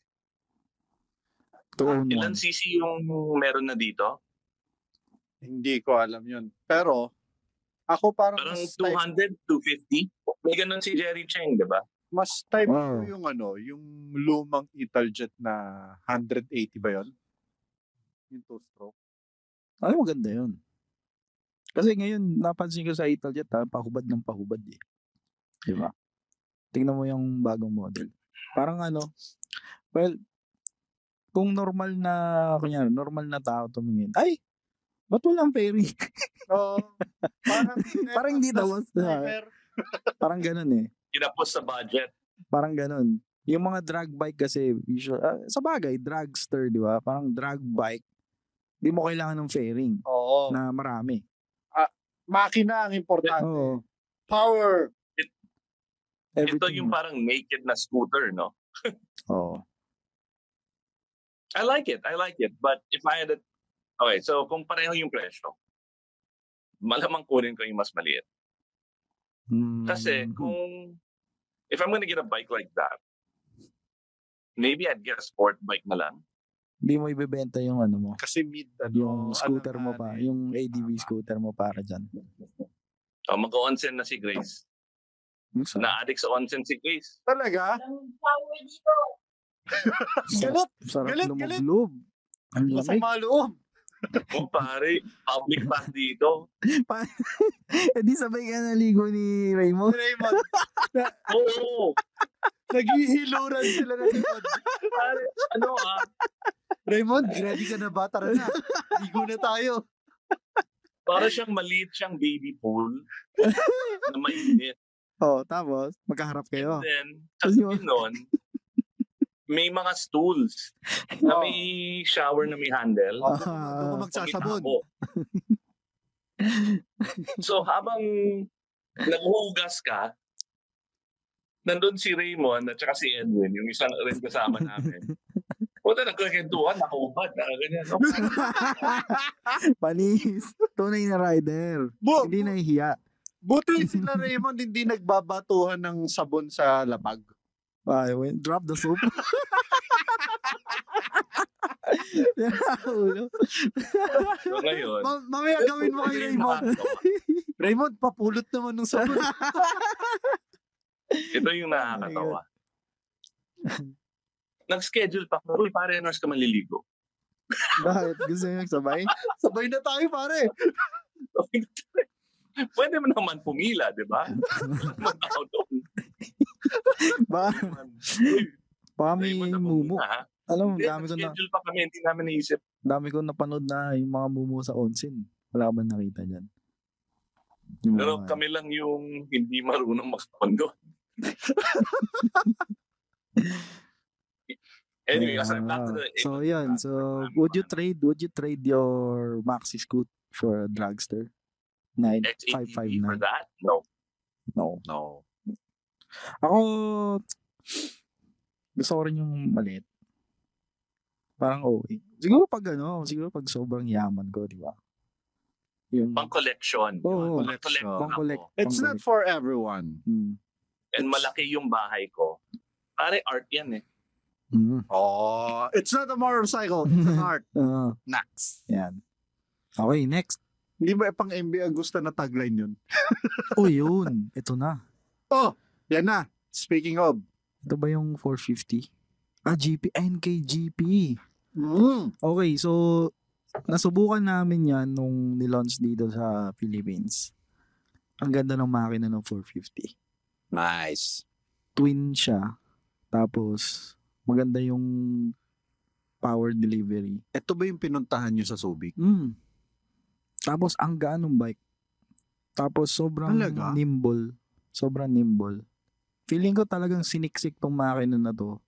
Speaker 2: To own
Speaker 4: Ilan
Speaker 2: one.
Speaker 4: cc yung meron na dito?
Speaker 1: Hindi ko alam yun. Pero, ako parang,
Speaker 4: Parang
Speaker 1: mas type,
Speaker 4: 200, 250? May ganun si Jerry Cheng, di ba?
Speaker 1: mas type ko
Speaker 2: Wow.
Speaker 1: yung ano, yung lumang Italjet na 180 ba yun? Yung two-stroke.
Speaker 2: Ay, Ano, maganda yun. Kasi ngayon, napansin ko sa Italjet, ha, pahubad ng pahubad eh. Di ba? Tingnan mo yung bagong model. Parang ano, well, kung normal na, kunyari, normal na tao tumingin, ay, ba't walang fairy?
Speaker 1: So, parang,
Speaker 2: Parang hindi
Speaker 1: never-
Speaker 2: tapos, ha?
Speaker 1: never-
Speaker 2: Parang ganun eh.
Speaker 4: Kinapos sa budget.
Speaker 2: Parang ganun. Yung mga drag bike kasi, usual, ah, sa bagay, dragster, di ba? Parang drag bike, di mo kailangan ng fairing
Speaker 1: Oo.
Speaker 2: na marami.
Speaker 1: Makina ang importante.
Speaker 2: Oo.
Speaker 1: Power.
Speaker 4: Ito
Speaker 2: everything
Speaker 4: yung
Speaker 2: mo.
Speaker 4: parang naked na scooter, no?
Speaker 2: Oo.
Speaker 4: I like it. I like it. But if I had a... Okay, so kung pareho yung presyo, malamang kunin ko yung mas maliit.
Speaker 2: Mm.
Speaker 4: Kasi kung... If I'm gonna get a bike like that, maybe I'd get a sport bike na lang.
Speaker 2: Hindi mo ibebenta yung ano mo.
Speaker 1: Kasi mid, ano,
Speaker 2: Yung scooter
Speaker 1: ano
Speaker 2: mo
Speaker 1: na
Speaker 2: pa.
Speaker 1: rin.
Speaker 2: Yung ADV scooter mo para dyan.
Speaker 4: O, Oh, mag-onsen na si Grace.
Speaker 2: So,
Speaker 4: Na-addict sa onsen si Grace.
Speaker 1: Talaga?
Speaker 5: Ang power dito.
Speaker 1: Galit!
Speaker 2: sarap
Speaker 1: galit,
Speaker 2: lumaglob. Ang lamig.
Speaker 1: Masama loob.
Speaker 4: Oh, pare, public pass dito.
Speaker 2: Eh di sabay ka naligo ni Raymond.
Speaker 1: Raymond,
Speaker 4: Oo,
Speaker 1: naghihiluran sila ng likod.
Speaker 4: pare, ano ah,
Speaker 1: Raymond, ready ka na ba? Tara na. Ligo na tayo.
Speaker 4: para siyang maliit siyang baby pool na mainit.
Speaker 2: Oh, tapos magkaharap kayo.
Speaker 4: Then,
Speaker 2: Kasi
Speaker 4: kasi nun, may mga stools na
Speaker 1: Oo.
Speaker 4: may shower na may handle.
Speaker 1: Oh,
Speaker 2: Ah.
Speaker 1: doon ka magsasabon.
Speaker 4: Pangitabo. so habang naghuhugas ka, nandun si Raymond at saka si Edwin, yung isang rin kasama namin. Puta, nagkakentuhan, nakaubad, nakaganyan. Oh,
Speaker 2: Panis. Tunay na rider.
Speaker 1: Bu-
Speaker 4: Oh.
Speaker 2: Hindi nahihiya.
Speaker 1: buti sila Raymond hindi nagbabatuhan ng sabon sa labag.
Speaker 2: Ay, wait, drop the soap. Ulo.
Speaker 4: so ngayon,
Speaker 1: Ma- mamaya gawin mo kay
Speaker 4: Ah,
Speaker 1: Raymond. Raymond, papulot naman ng sabon.
Speaker 4: Ito yung nakakatawa. Nag-schedule pa ko, uy, pare, ano oras ka maliligo?
Speaker 2: Bakit? Gusto niyo sabay?
Speaker 1: Sabay na tayo, pare.
Speaker 4: Pwede mo naman pumila, di ba? Matao doon.
Speaker 2: Baka, baka may
Speaker 4: Raymond, ako
Speaker 2: mumu.
Speaker 4: muna, ha?
Speaker 2: Alam mo,
Speaker 4: Hindi,
Speaker 2: dami ko na
Speaker 4: schedule pa kami, hindi namin naisip.
Speaker 2: dami ko napanood na yung mga mumu sa onsen. Wala ka ba nakita dyan? Yung mga-
Speaker 4: Pero kami lang yung hindi marunong magkondo. anyway, kasi back to the...
Speaker 2: Ah, so yun, so would you trade would you trade your maxi scoot for a dragster? Nine, five, five,
Speaker 4: XATV for
Speaker 2: nine.
Speaker 4: that? No.
Speaker 2: No.
Speaker 4: No.
Speaker 2: Ako, gusto ko rin yung maliit. Parang OA. Siguro pag ano, siguro pag sobrang yaman ko, di ba? Yung
Speaker 4: Pang collection. Pang
Speaker 2: Oo,
Speaker 4: collect.
Speaker 2: pang collect.
Speaker 1: It's not for everyone.
Speaker 2: Mm.
Speaker 4: And malaki yung bahay ko. Pare, art yan eh.
Speaker 2: Mm.
Speaker 1: Oh, it's not a motorcycle. It's an art.
Speaker 2: Ah,
Speaker 1: Nax.
Speaker 2: yan. Okay, next.
Speaker 1: Hindi ba pang MB Agusta na tagline yun?
Speaker 2: O Oh, yun, ito na.
Speaker 1: Oh, yan na. Speaking of.
Speaker 2: Ito ba yung 450? Ah, GP, NKGP.
Speaker 1: Mm.
Speaker 2: Okay, so nasubukan namin yan nung nilaunch dito sa Philippines. Ang ganda ng makina ng 450.
Speaker 1: Nice.
Speaker 2: Twin siya. Tapos, maganda yung power delivery.
Speaker 1: Ito ba yung pinuntahan nyo sa Subic?
Speaker 2: Mm. Tapos, ang gaan ng bike. Tapos, sobrang
Speaker 1: Talaga?
Speaker 2: nimble. Sobrang nimble. Feeling ko talagang siniksik tong makina na to.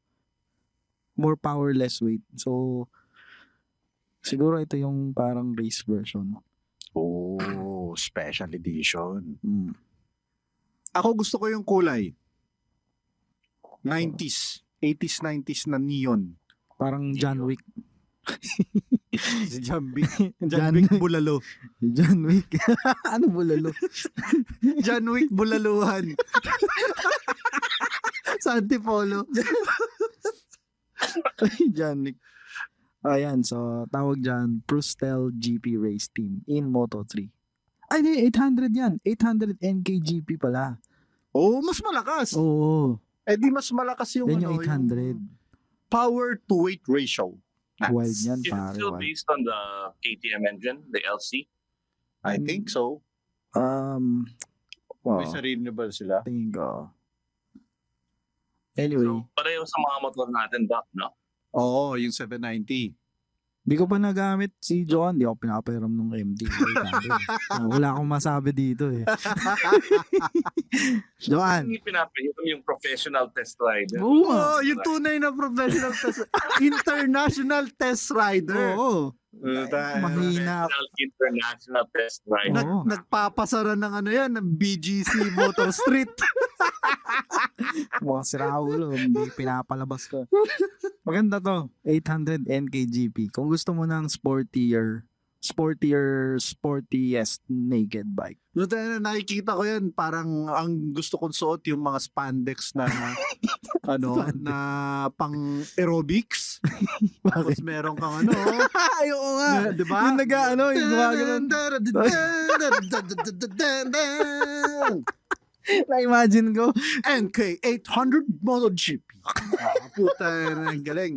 Speaker 2: More power, less weight. So, siguro ito yung parang race version.
Speaker 1: Oh, special edition.
Speaker 2: Mm.
Speaker 1: Ako gusto ko yung kulay. 90s. 80s, 90s na neon.
Speaker 2: Parang John Wick.
Speaker 1: Si Jambi.
Speaker 2: John,
Speaker 1: Janwick Bulalo.
Speaker 2: John Wick. ano bulalo?
Speaker 1: Janwick Bulaluhan. sa Antipolo.
Speaker 2: Diyan, Nick. Ayan, so tawag dyan, Prustel GP Race Team in Moto3. Ay, hindi, 800 yan. 800 NKGP pala.
Speaker 1: Oo, mas malakas.
Speaker 2: Oo,
Speaker 1: Eh di mas malakas yung,
Speaker 2: Then
Speaker 1: ano,
Speaker 2: yung 800.
Speaker 1: yung power to weight ratio. That's-
Speaker 2: wild yan,
Speaker 4: Is it
Speaker 2: pare.
Speaker 4: still
Speaker 2: wild.
Speaker 4: based on the KTM engine, the LC?
Speaker 1: I think so.
Speaker 2: Um, wow,
Speaker 1: May sarili na ba sila?
Speaker 2: tingin ko. Anyway,
Speaker 4: So, pareho sa mga motor natin back, no?
Speaker 1: Oo, yung 790.
Speaker 2: Di ko pa nagamit si John. Di ako pinapairam ng MD. Ah, Wala akong masabi dito eh. Joan. Ano?
Speaker 4: Hindi pinapahiram yung professional test rider.
Speaker 2: Buma.
Speaker 1: Oo, yung tunay na professional test, international test rider.
Speaker 2: Oo.
Speaker 1: Uh, ta-
Speaker 2: Mahina.
Speaker 4: Professional international test rider.
Speaker 1: Nag,
Speaker 2: Oo.
Speaker 1: nagpapasara ng ano yan, ng BGC Motor Street.
Speaker 2: Mukhang si Raulo. Hindi pinapalabas ko. Maganda to. 800 NKGP. Kung gusto mo ng sportier, sportier, sportiest naked bike.
Speaker 1: Noong tayo na nakikita ko yan, parang ang gusto kong suot yung mga spandex na ano,
Speaker 2: Spandex.
Speaker 1: na pang aerobics. Tapos
Speaker 2: Bakit?
Speaker 1: meron kang ano, Diba?
Speaker 2: Ayoko nga.
Speaker 1: na, di ba?
Speaker 2: Yung
Speaker 1: ano,
Speaker 2: nag-ano, yung gumagano'n. Na-imagine ko.
Speaker 1: NK 800 MotoGP. Ah, puta na ang galing.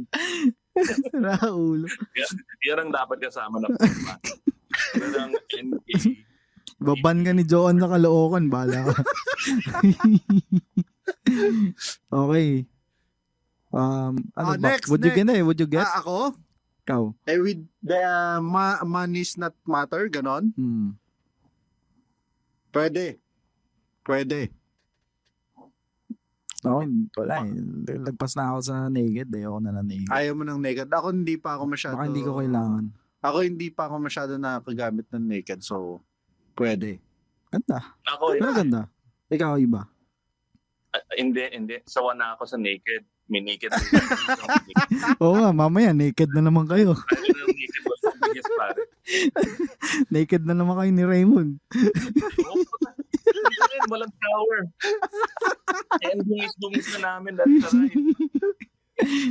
Speaker 2: Raulo.
Speaker 4: Yan ang dapat kasama ng format. Yan ang NK.
Speaker 2: Baban ka ni Joan na kalookan, bala ka. okay. Um, ano
Speaker 1: Ah,
Speaker 2: ba?
Speaker 1: next,
Speaker 2: would you
Speaker 1: next.
Speaker 2: get eh? Would you get?
Speaker 1: Ah, ako?
Speaker 2: Ikaw.
Speaker 1: Eh, with the uh, ma- money's not matter, ganon?
Speaker 2: Hmm.
Speaker 1: Pwede. Pwede.
Speaker 2: Ako, hindi- wala eh. Lagpas na ako sa naked. Ayoko na lang naked.
Speaker 1: Ayaw mo ng naked. Ako hindi pa ako masyado.
Speaker 2: Baka hindi ko kailangan.
Speaker 1: Ako hindi pa ako masyado nakagamit ng naked. So, pwede.
Speaker 2: Ganda.
Speaker 1: Oh,
Speaker 4: Ako,
Speaker 2: Pero ganda. Ikaw, iba.
Speaker 4: Ah, hindi, hindi. Sawa na ako sa naked. May naked.
Speaker 2: Oo nga, mamaya naked na naman kayo.
Speaker 4: Ayun ang naked was the biggest pare.
Speaker 2: naked na naman kayo ni Raymond.
Speaker 4: Oo, puta. Ayun, Walang shower. And dungis-dungis na namin. That's right.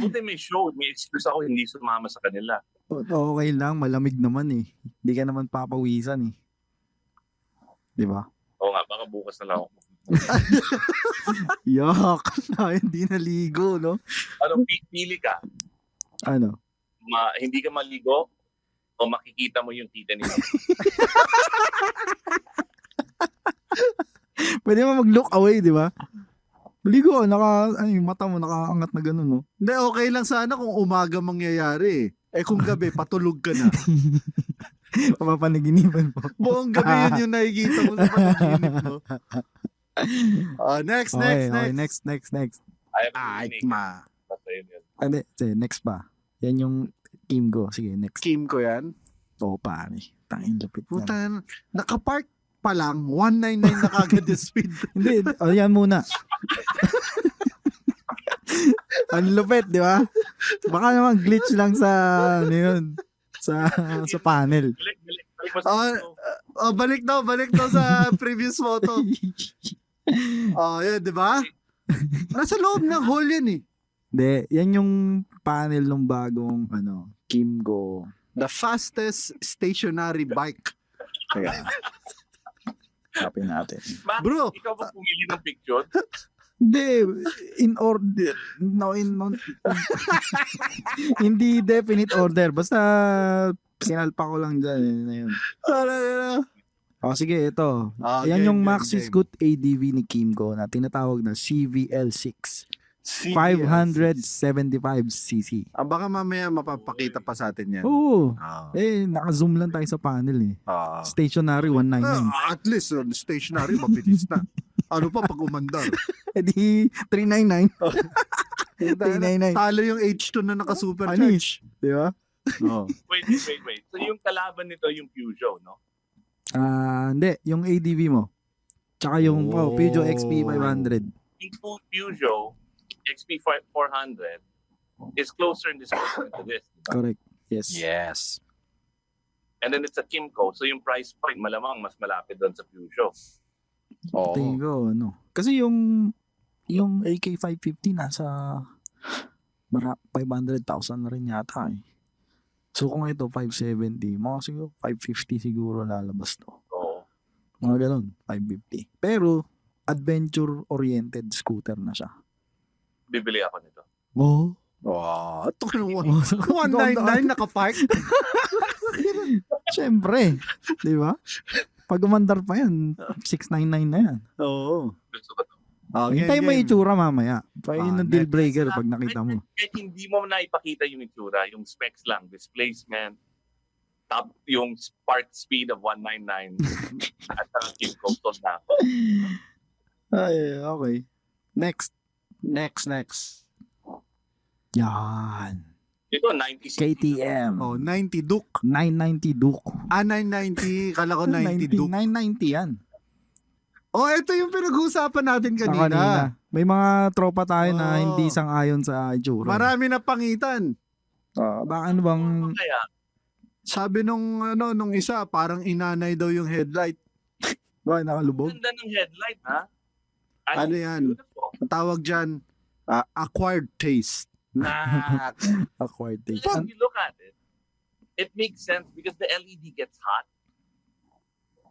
Speaker 4: Buti may show. May excuse ako hindi sumama sa kanila.
Speaker 2: O- okay lang, malamig naman eh. Hindi ka naman papawisan eh. Di ba?
Speaker 4: Oo nga, baka bukas na lang ako.
Speaker 2: Yuck! Ay, hindi naligo, no?
Speaker 4: Ano, pi- pili ka.
Speaker 2: Ano?
Speaker 4: Ma- hindi ka maligo o makikita mo yung tita nila.
Speaker 2: Pwede mo mag-look away, di ba? Maligo, naka, ano, yung mata mo nakaangat na gano'n, no?
Speaker 1: Hindi, okay lang sana kung umaga mangyayari. eh. Eh kung gabi, patulog ka na.
Speaker 2: Papapanaginipan mo.
Speaker 1: Buong gabi yun yung nakikita mo sa panaginip mo. Ah, next,
Speaker 2: okay,
Speaker 1: next,
Speaker 2: okay,
Speaker 1: next.
Speaker 2: next, next, next.
Speaker 4: Ayaw ko
Speaker 1: Ay,
Speaker 4: yung naked.
Speaker 1: ma.
Speaker 4: Basta yun yun.
Speaker 2: Ande, sige, next pa. Yan yung team ko. Sige, next.
Speaker 1: Kim ko yan.
Speaker 2: Oo, pare. Tangin, lapit na.
Speaker 1: Puta, nakapark pa lang, 199 na kagad yung speed.
Speaker 2: Hindi, o yan muna. Ang lupit, di ba? Baka naman glitch lang sa, ano yun, sa, sa panel.
Speaker 4: Balik, balik, balik mo sa ano.
Speaker 1: Ah,
Speaker 4: show.
Speaker 1: Oh, balik daw, balik daw sa previous photo. Oh, yun, di ba? Nasa loob ng hall yan eh.
Speaker 2: Hindi, yan yung panel ng bagong ano, Kim Go.
Speaker 1: The fastest stationary bike.
Speaker 2: Kaya, copy natin.
Speaker 4: Bakit
Speaker 1: Bro,
Speaker 4: ikaw ba pumili ng picture?
Speaker 2: Hindi, in order, no, in, no, hindi definite order. Basta, sinalpa ko lang dyan. Yun, na yun.
Speaker 1: Ano, ano, ano.
Speaker 2: O sige, ito.
Speaker 1: Ah,
Speaker 2: yan
Speaker 1: game,
Speaker 2: yung
Speaker 1: game,
Speaker 2: Max is
Speaker 1: game.
Speaker 2: Good ADV ni Kim Go na tinatawag na CVL6.
Speaker 1: CBS.
Speaker 2: 575cc.
Speaker 1: Ah, baka mamaya mapapakita pa sa atin yan.
Speaker 2: Oo.
Speaker 1: Ah.
Speaker 2: Eh, naka-zoom lang tayo sa panel eh.
Speaker 1: Ah.
Speaker 2: Stationary 199.
Speaker 1: Ah, at least uh, stationary mabilis na. Ano pa pag umandar?
Speaker 2: Eh di, 399. 399.
Speaker 1: Talo yung H2 na naka-supercharge.
Speaker 2: Anis. Di ba?
Speaker 1: Oh.
Speaker 4: Wait, wait, wait. So yung kalaban nito yung Peugeot, no?
Speaker 2: Ah, hindi. Yung ADV mo. Tsaka yung oh, Peugeot XP 500.
Speaker 4: Yung Pu- Peugeot XP400 is closer in displacement to this. di ba?
Speaker 2: Correct. Yes.
Speaker 1: Yes.
Speaker 4: And then it's a Kimco. So yung price point, malamang mas malapit doon sa Peugeot.
Speaker 2: Tingin ko, ano. Kasi yung Yung AK-550 nasa mara- 500,000 na rin yata eh. So kung ito 570, mga siguro 550 siguro lalabas to.
Speaker 4: Oo.
Speaker 2: Mga ganun, 550. Pero adventure-oriented scooter na siya.
Speaker 4: Bibili ako nito.
Speaker 2: Oo.
Speaker 1: Oh, ito
Speaker 2: Oh.
Speaker 1: 199 nakapark.
Speaker 2: Siyempre. Di ba? Pag umandar pa yan, 699 na yan.
Speaker 1: Oo.
Speaker 4: Gusto ko to.
Speaker 1: Oh, game,
Speaker 2: Hintay mo
Speaker 1: game.
Speaker 2: yung itsura mamaya. Pa
Speaker 1: Ah,
Speaker 2: yun ang
Speaker 1: next.
Speaker 2: deal breaker pag nakita mo.
Speaker 4: Kahit hindi mo na ipakita yung itsura, yung specs lang, displacement, top, yung spark speed of 199 at ang kick ko, sold na ako.
Speaker 2: Ay, Ah, okay. Next.
Speaker 1: Next, next.
Speaker 2: Yan.
Speaker 4: Ito, 96.
Speaker 2: KTM.
Speaker 1: Oh, 90 Duke.
Speaker 2: 990 Duke.
Speaker 1: Ah, 990. Kala ko 90
Speaker 2: 90,
Speaker 1: Duke.
Speaker 2: 990 yan.
Speaker 1: Oh, ito yung pinag-uusapan natin
Speaker 2: Kanina.
Speaker 1: kanina.
Speaker 2: May mga tropa
Speaker 1: Oo.
Speaker 2: tayo na hindi sang-ayon sa itsura.
Speaker 1: Marami na pangitan.
Speaker 2: Ah, baka ano bang...
Speaker 4: Kaya,
Speaker 1: Sabi nung ano nung isa, parang inanay daw yung headlight.
Speaker 2: Baka nakalubog?
Speaker 4: ganda ng headlight, ha?
Speaker 1: Ano yan?
Speaker 4: Beautiful.
Speaker 1: Ang tawag diyan ah, acquired taste.
Speaker 4: Na,
Speaker 2: Acquired taste.
Speaker 4: if you look at it, it makes sense because the LED gets hot.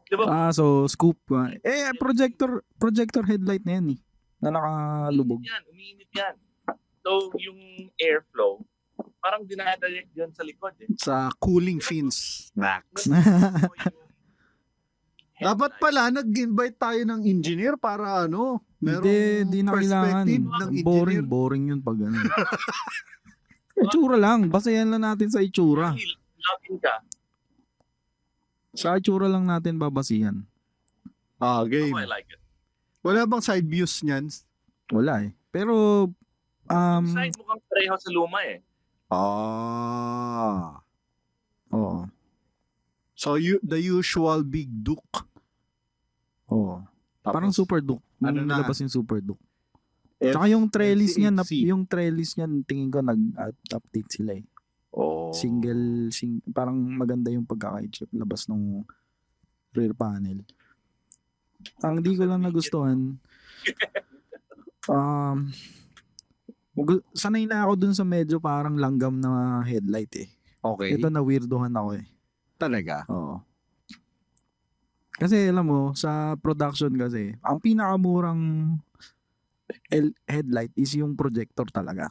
Speaker 4: Diba?
Speaker 2: Ah, so scoop. ah. Eh, projector projector headlight na yan eh. Na nakalubog.
Speaker 4: Umiinit yan, umiinit yan. So, yung airflow, parang dinadirect dyan sa likod eh.
Speaker 1: sa cooling fins. Max. Dapat pala nag-invite tayo ng engineer para ano, merong
Speaker 2: Hindi, hindi na kailangan.
Speaker 1: perspective ng engineer.
Speaker 2: Boring, boring yun pag ano. itsura lang. Basta yan lang natin sa itsura.
Speaker 4: Login ka.
Speaker 2: Sa itsura lang natin babasihan.
Speaker 4: Oh,
Speaker 1: Ah,
Speaker 4: I
Speaker 1: game.
Speaker 4: like it.
Speaker 1: Wala bang side views niyan?
Speaker 2: Wala eh. Pero, um,
Speaker 4: Side mukhang pareho sa luma eh.
Speaker 1: Ah.
Speaker 2: oo.
Speaker 1: So you, the usual big duke.
Speaker 2: Oo. Parang super duke. Nung
Speaker 1: Ano na?
Speaker 2: nilabas yung super duke.
Speaker 1: F-
Speaker 2: Tsaka yung trellis niya, na,
Speaker 1: LCHC.
Speaker 2: yung trellis niya, tingin ko nag-update sila eh.
Speaker 1: Oh.
Speaker 2: Single, sing, parang maganda yung pagkakailabas ng rear panel. Ang di ko lang nagustuhan, um, gu- sanay na ako dun sa medyo parang langgam na headlight eh.
Speaker 1: Okay.
Speaker 2: Ito na weirdohan ako eh.
Speaker 1: talaga.
Speaker 2: Oo. Kasi alam mo, sa production kasi, ang pinakamurang L- headlight is yung projector talaga.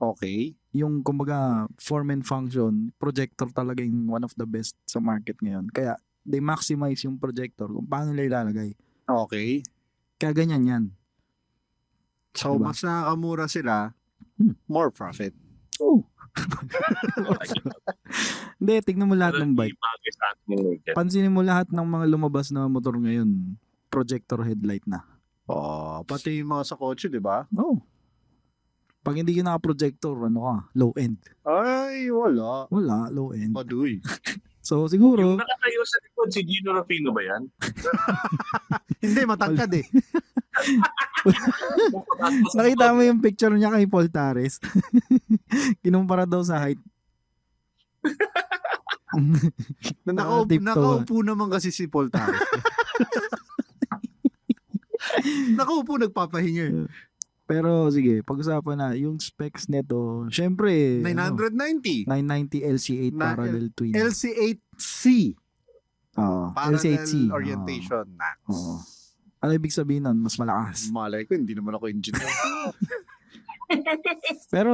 Speaker 1: Okay.
Speaker 2: Yung kumbaga form and function, projector talaga yung one of the best sa market ngayon. Kaya they maximize yung projector kung paano nila ilalagay.
Speaker 1: Okay.
Speaker 2: Kaya ganyan yan.
Speaker 1: So
Speaker 2: Diba?
Speaker 1: mas nakakamura sila,
Speaker 2: Hmm.
Speaker 1: more profit.
Speaker 2: Oh.
Speaker 4: Like,
Speaker 2: Hindi, tignan mo lahat
Speaker 4: pero
Speaker 2: ng
Speaker 4: hindi
Speaker 2: bike.
Speaker 4: bagay sa atin eh, yung naked.
Speaker 2: Pansinin mo lahat ng mga lumabas na motor ngayon, projector headlight na.
Speaker 1: Oh, pati yung mga sa kotse, 'di ba?
Speaker 2: Oo. Pag hindi ka naka-projector, ano ka, low end.
Speaker 1: Ay, wala.
Speaker 2: Wala, low end.
Speaker 1: Paduy.
Speaker 2: So
Speaker 4: Yung
Speaker 2: siguro,
Speaker 4: nakatayo sa likod, si Gino Rapino ba yan?
Speaker 1: Hindi matangkad eh.
Speaker 2: nakita mo yung picture niya kay Paul Tares. Kinumpara daw sa height.
Speaker 1: Nakaup-
Speaker 2: Tiptoe.
Speaker 1: nakaupo naman kasi si Paul Tari. nakaupo nagpapahinga. eh.
Speaker 2: Pero sige, pag-usapan na yung specs nito. Syempre, ano,
Speaker 1: 990.
Speaker 2: 990 LC8
Speaker 1: Na-
Speaker 2: parallel twin.
Speaker 1: LC8C.
Speaker 2: Oo,
Speaker 1: Parallel
Speaker 2: LC8C. Oo.
Speaker 1: orientation. Max.
Speaker 2: Ah. Oo. Ano ibig sabihin nun? Mas malakas.
Speaker 1: Malay ko, hindi naman ako engineer.
Speaker 2: Pero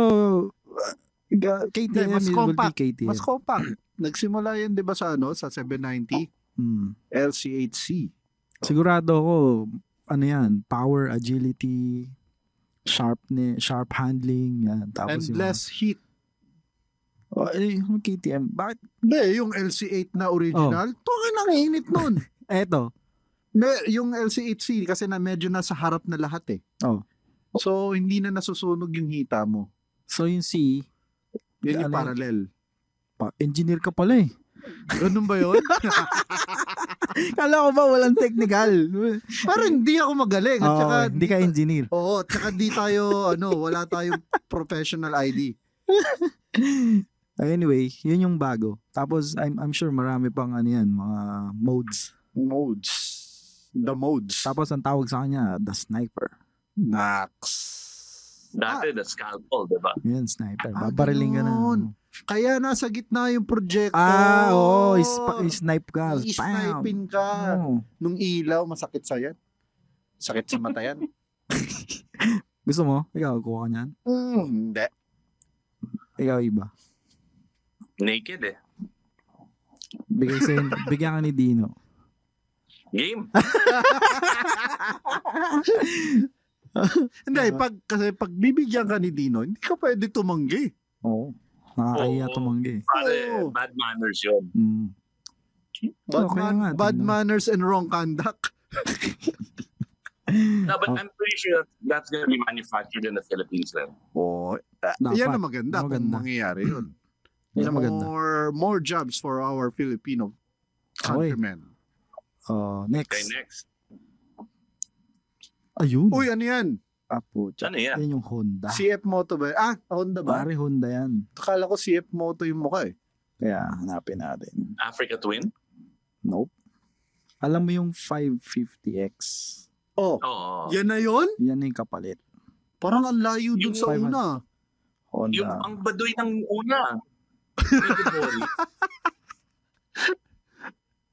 Speaker 2: uh, ga-
Speaker 1: Hindi,
Speaker 2: KTM
Speaker 1: mas
Speaker 2: it will
Speaker 1: compact.
Speaker 2: be KTM.
Speaker 1: Mas compact. Nagsimula yan, di ba, sa ano? Sa 790
Speaker 2: Mm.
Speaker 1: LC8C.
Speaker 2: Sigurado ako, ano yan, power, agility, sharp sharp handling, yan. Tapos
Speaker 1: and
Speaker 2: yung-
Speaker 1: less heat.
Speaker 2: Oh, eh, yung KTM, bakit?
Speaker 1: Hindi, yung LC8 na original, oh. tokin ang init nun.
Speaker 2: Eto,
Speaker 1: Me- yung LC8C kasi na medyo nasa harap na lahat eh.
Speaker 2: Oh.
Speaker 1: So, hindi na nasusunog yung hita mo.
Speaker 2: so yung C,
Speaker 1: Yan yung
Speaker 2: Ano?
Speaker 1: parallel.
Speaker 2: pa- engineer ka pala eh.
Speaker 1: Ganun ba yun?
Speaker 2: Kala ko ba walang technical?
Speaker 1: Parang hindi ako magaling. At
Speaker 2: Oo,
Speaker 1: saka,
Speaker 2: hindi ka engineer.
Speaker 1: Oo, at saka di tayo, ano, wala tayong professional ID.
Speaker 2: anyway, yun yung bago. Tapos, I'm, I'm sure marami pang ano yan, mga modes.
Speaker 1: Modes. The modes.
Speaker 2: Tapos, ang tawag sa kanya, the sniper.
Speaker 1: Nax. Ah,
Speaker 4: Dati, the scalpel, di ba?
Speaker 2: Yun, sniper.
Speaker 1: Ah,
Speaker 2: Babariling ka na.
Speaker 1: ganun. Kaya nasa gitna yung projector.
Speaker 2: Ah,
Speaker 1: Oh.
Speaker 2: oo. ispa- snipe ka. Bam.
Speaker 1: I-snipin ka.
Speaker 2: Oo.
Speaker 1: Nung ilaw, masakit sa yan. Sakit sa mata yan.
Speaker 2: Gusto mo? Ikaw, kuha ka niyan.
Speaker 1: Mm, hindi.
Speaker 2: Ikaw, iba.
Speaker 4: Naked eh.
Speaker 2: Bigay sa'yo, bigyan ka ni Dino.
Speaker 4: Game.
Speaker 2: Ah,
Speaker 1: Hindi, pag, kasi pag bibigyan ka ni Dino, hindi ka pwede tumanggi.
Speaker 2: Oo. Nakakahiya
Speaker 4: Oo.
Speaker 2: tumanggi.
Speaker 4: Pare,
Speaker 1: Oo.
Speaker 4: bad manners yun.
Speaker 2: Mm.
Speaker 1: Bad,
Speaker 2: Okay
Speaker 1: man-
Speaker 2: nga,
Speaker 1: bad
Speaker 2: Dino.
Speaker 1: manners and wrong conduct.
Speaker 4: No, but
Speaker 2: Oh.
Speaker 4: I'm pretty sure that's gonna be manufactured in the Philippines then.
Speaker 1: Oh, ah,
Speaker 2: Dapat.
Speaker 1: yan ang maganda, kung
Speaker 2: Maganda.
Speaker 1: mangyayari yun.
Speaker 2: Yan ang maganda.
Speaker 1: More, more jobs for our Filipino
Speaker 2: Okay.
Speaker 1: countrymen.
Speaker 2: Oh,
Speaker 4: Okay,
Speaker 2: next.
Speaker 4: next.
Speaker 2: Ayun.
Speaker 1: Uy, ano yan?
Speaker 2: Apo.
Speaker 4: Ano yan?
Speaker 2: Yan yung Honda.
Speaker 1: CF Moto ba? Ah, Honda ba?
Speaker 2: Pare, Honda yan.
Speaker 1: Akala ko CF Moto yung mukha eh.
Speaker 2: Kaya, hanapin natin.
Speaker 4: Africa Twin?
Speaker 2: Nope. Alam mo yung 550X?
Speaker 1: Oh,
Speaker 4: Oo.
Speaker 1: yan na yun?
Speaker 2: Yan yung kapalit.
Speaker 1: Parang ang layo dun
Speaker 4: Yung
Speaker 1: sa
Speaker 2: five-
Speaker 1: una.
Speaker 2: Honda.
Speaker 4: Yung ang baduy ng una. Medyo boring.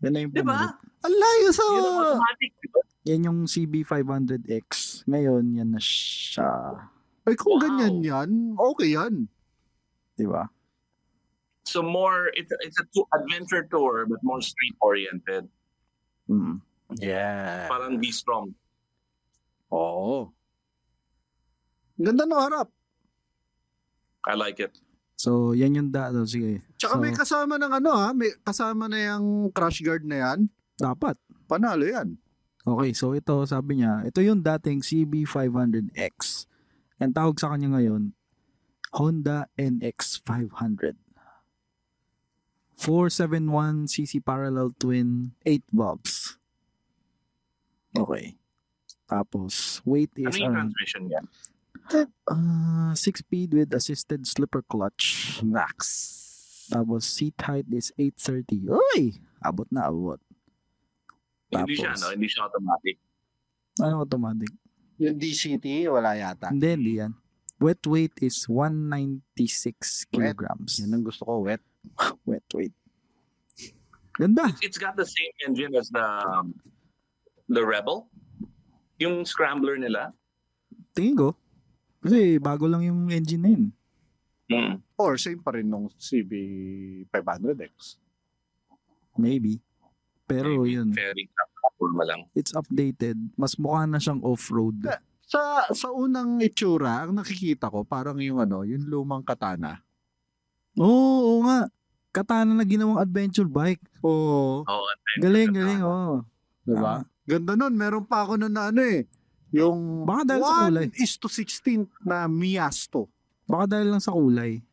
Speaker 2: Yan na yung
Speaker 4: Di ba?
Speaker 2: pumalit.
Speaker 1: Ang layo sa...
Speaker 4: Yun ang automatic, di ba?
Speaker 2: Yan yung CB500X. Ngayon, yan na siya.
Speaker 1: Ay, kung
Speaker 4: Wow.
Speaker 1: ganyan yan, okay yan.
Speaker 2: Di ba?
Speaker 4: So more, it's a, it's a tou- adventure tour but more street-oriented.
Speaker 2: Mm.
Speaker 1: Yeah.
Speaker 4: Parang be strong.
Speaker 1: Oo. Ganda ng harap.
Speaker 4: I like it.
Speaker 2: So, yan yung dado. Sige.
Speaker 1: Tsaka
Speaker 2: So,
Speaker 1: may kasama ng ano ha, may kasama na yung crash guard na yan.
Speaker 2: Dapat.
Speaker 1: Panalo yan.
Speaker 2: Okay, so ito, sabi niya, ito yung dating CB500X. Ang tawag sa kanya ngayon, Honda NX500. 471cc parallel twin, 8 valves. Okay. Tapos, weight
Speaker 4: Ano
Speaker 2: is
Speaker 4: yung
Speaker 2: around
Speaker 4: transmission niya?
Speaker 2: uh, 6-speed with assisted slipper clutch.
Speaker 1: Nax.
Speaker 2: Tapos, seat height is 830. Uy! Abot na abot.
Speaker 4: Hindi siya,
Speaker 2: Tapos.
Speaker 4: no? Hindi siya automatic.
Speaker 2: Ano automatic?
Speaker 1: Yung DCT, wala yata.
Speaker 2: Hindi, hindi yan. Wet weight is 196
Speaker 1: Wet.
Speaker 2: kilograms.
Speaker 1: Yan ang gusto ko, wet.
Speaker 2: wet weight. Ganda.
Speaker 4: It's got the same engine as the um, the Rebel. Yung scrambler nila.
Speaker 2: Tingin ko. Kasi bago lang yung engine na yun.
Speaker 4: Mm.
Speaker 1: Or same pa rin nung CB500X.
Speaker 2: Maybe. Pero
Speaker 4: Maybe
Speaker 2: yun,
Speaker 4: Very powerful mo lang.
Speaker 2: it's updated. Mas mukha na siyang off-road.
Speaker 1: Eh. Sa sa unang itsura, ang nakikita ko parang yung ano, yung lumang katana.
Speaker 2: Oo, oo nga. Katana na ginawang adventure bike.
Speaker 1: Oo, Diba?
Speaker 4: Oh,
Speaker 2: Galing, galing, oo. Ah,
Speaker 1: di ba? Ganda nun, meron pa ako nun na ano eh. Yung
Speaker 2: Baka dahil sa kulay.
Speaker 1: 1 is to 16 na Miasto.
Speaker 2: Baka dahil lang sa kulay.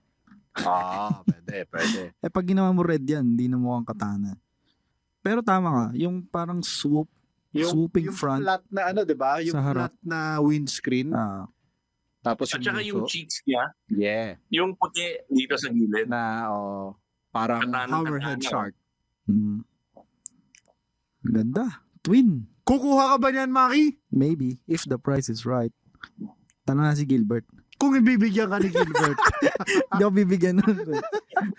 Speaker 1: Ah, pwede, pwede.
Speaker 2: Eh pag ginawa mo red yan, hindi na mukhang katana. Pero tama ka, yung parang swoop. Swooping front.
Speaker 1: flat na ano, di ba? Yung
Speaker 2: Sa
Speaker 1: flat
Speaker 2: harap.
Speaker 1: na windscreen.
Speaker 2: ah,
Speaker 1: Tapos
Speaker 4: At saka yung
Speaker 1: bunso.
Speaker 4: cheeks niya,
Speaker 1: Yeah.
Speaker 4: yung puti dito sa gilid.
Speaker 1: Na, oh, parang
Speaker 4: Katana,
Speaker 1: hammerhead
Speaker 4: katana.
Speaker 1: shark.
Speaker 2: mm. Ganda. Twin.
Speaker 1: Kukuha ka ba niyan, Maki?
Speaker 2: Maybe, if the price is right. Tanong na si Gilbert.
Speaker 1: Kung ibibigyan ka ni Gilbert.
Speaker 2: Hindi ako bibigyan nun. eh.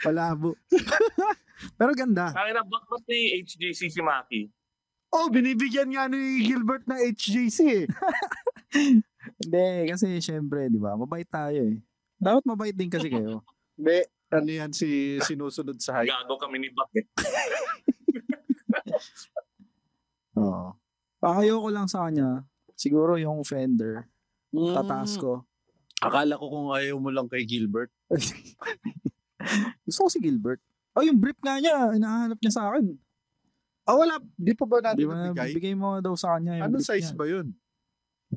Speaker 2: Palabo. Pero ganda.
Speaker 4: Kaya na, ba't ba't ni HJC si Maki?
Speaker 1: oh, binibigyan nga ni Gilbert na HJC eh.
Speaker 2: Hindi, kasi syempre, di ba? Mabait tayo eh. Dapat mabait din kasi kayo.
Speaker 1: Hindi. Ano yan si sinusunod sa hype?
Speaker 4: Gago kami ni Bak. eh.
Speaker 2: Oo. Pakayo ko lang sa kanya, siguro yung fender, tataas ko.
Speaker 1: Akala ko kung ayaw mo lang kay Gilbert. Hmm.
Speaker 2: Gusto ko si Gilbert. Oh, yung brief nga niya, hinahanap niya sa akin.
Speaker 1: Ah, wala. Di pa ba natin
Speaker 2: Di ba,
Speaker 1: nabigay?
Speaker 2: bigay mo daw sa kanya yung
Speaker 1: Ano
Speaker 2: brief
Speaker 1: size
Speaker 2: niya.
Speaker 1: ba yun?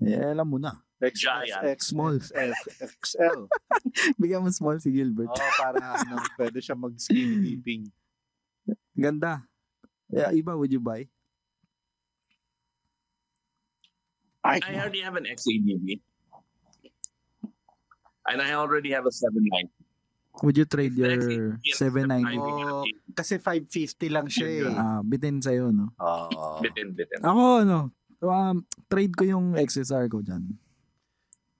Speaker 2: Eh, alam mo na.
Speaker 4: Giant.
Speaker 2: Small.
Speaker 1: XL. XL.
Speaker 2: Bigyan mo small si Gilbert.
Speaker 1: Oo, para ano, pwede siya mag-skinny dipping.
Speaker 2: Ganda. Yeah, iba, would you buy?
Speaker 1: Ay,
Speaker 4: I already have an XADV. And I already have a 790.
Speaker 2: Would you trade your
Speaker 4: Next, yes,
Speaker 2: 790?
Speaker 1: Oh, kasi 550 lang siya eh.
Speaker 2: Ah, bitin sa'yo, no? ano,
Speaker 1: Oo.
Speaker 4: Bitin, bitin.
Speaker 2: Ako, no? Um, trade ko yung XSR ko dyan.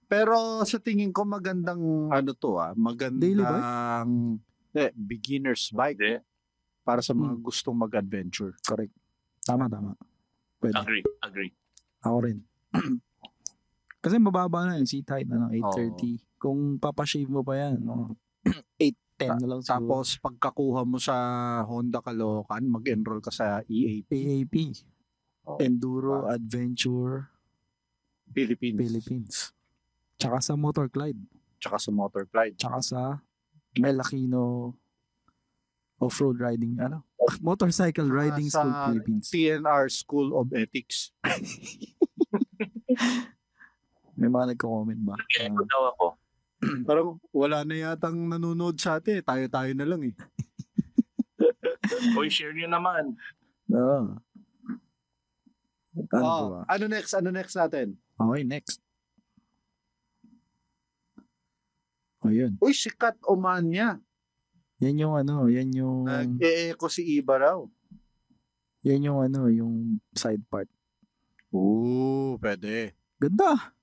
Speaker 1: Pero sa tingin ko magandang ano to ah,
Speaker 2: Daily
Speaker 1: magandang eh, beginner's bike
Speaker 4: Hindi.
Speaker 1: para sa mga gustong mag-adventure.
Speaker 2: Correct. Tama, tama. Pwede.
Speaker 4: Agree, agree.
Speaker 2: Ako rin. Kasi mababa na yung seat height, ano, 8.30. Kung papashave mo pa yan, no? 8.10 na lang siguro.
Speaker 1: Tapos pagkakuha mo sa Honda Caloocan, mag-enroll ka sa E EAP
Speaker 2: PAP. Enduro Adventure
Speaker 1: Philippines,
Speaker 2: Philippines. Tsaka sa Motor Glide.
Speaker 1: tsaka sa Motor Glide.
Speaker 2: Tsaka sa Mel Aquino Off-Road Riding, ano? Motorcycle
Speaker 1: Tsaka
Speaker 2: Riding School
Speaker 1: sa
Speaker 2: Philippines.
Speaker 1: TNR School of Ethics.
Speaker 2: May mga nagko-comment ba?
Speaker 4: Okay,
Speaker 2: Ah,
Speaker 4: daw ako.
Speaker 1: Parang wala na yatang nanonood sa atin. eh. Tayo-tayo na lang eh.
Speaker 4: Uy, share nyo naman.
Speaker 2: Oo. Ano
Speaker 1: Ah,
Speaker 2: pa ba?
Speaker 1: ano next? Ano next natin?
Speaker 2: Okay, next. O yun.
Speaker 1: Uy, sikat Omanya.
Speaker 2: Yan yung ano, yan yung,
Speaker 1: Nag-e-echo si Iba raw.
Speaker 2: yan yung ano, yung side part.
Speaker 1: Oo, pwede.
Speaker 2: Ganda!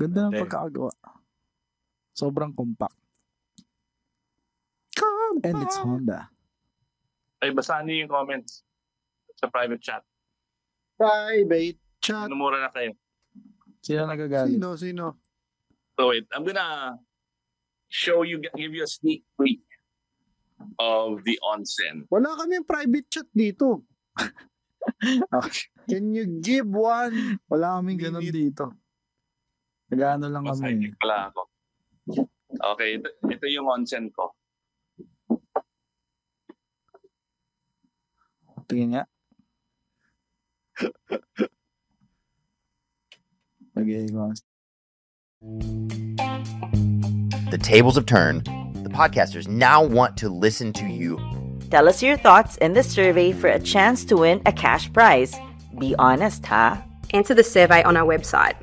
Speaker 2: Ganda ng
Speaker 1: Ganda eh.
Speaker 2: pagkakagawa. Sobrang compact. And it's
Speaker 1: Ah.
Speaker 2: Honda.
Speaker 4: Ay, basahan nyo yung comments sa private chat.
Speaker 1: Private chat.
Speaker 2: Ano
Speaker 4: Numura na kayo.
Speaker 2: Sino nagagalit?
Speaker 1: Sino, sino?
Speaker 4: So wait, I'm gonna show you, give you a sneak peek of the onsen.
Speaker 1: Wala kami private chat dito. Can you give one?
Speaker 2: Wala kaming ganun
Speaker 1: Minute.
Speaker 2: dito. Nag-ano lang kami.
Speaker 4: Masayang Oh, pala ako. Okay, ito, ito yung onsen ko.
Speaker 2: Tingin nga. Nag-iigaw.
Speaker 6: The tables have turned. The podcasters now want to listen to you.
Speaker 7: Tell us your thoughts in the survey for a chance to win a cash prize. Be honest, ha?
Speaker 8: Answer the survey on our website,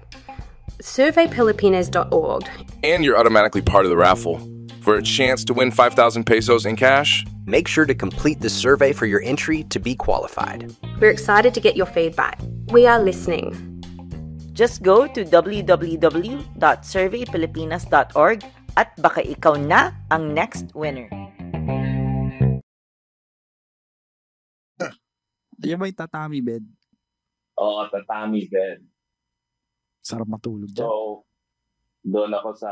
Speaker 8: surveypilipinas.org.
Speaker 9: and you're automatically part of the raffle. For a chance to win 5,000 pesos in cash,
Speaker 10: Make sure to complete the survey for your entry to be qualified.
Speaker 8: We're excited to get your feedback. We are listening.
Speaker 7: Just go to www.surveypilipinas.org at baka ikaw na ang next winner.
Speaker 2: Yan ba yung tatami bed?
Speaker 4: Oo, Oh, tatami bed.
Speaker 2: Sarap matulog dyan.
Speaker 4: So, doon ako sa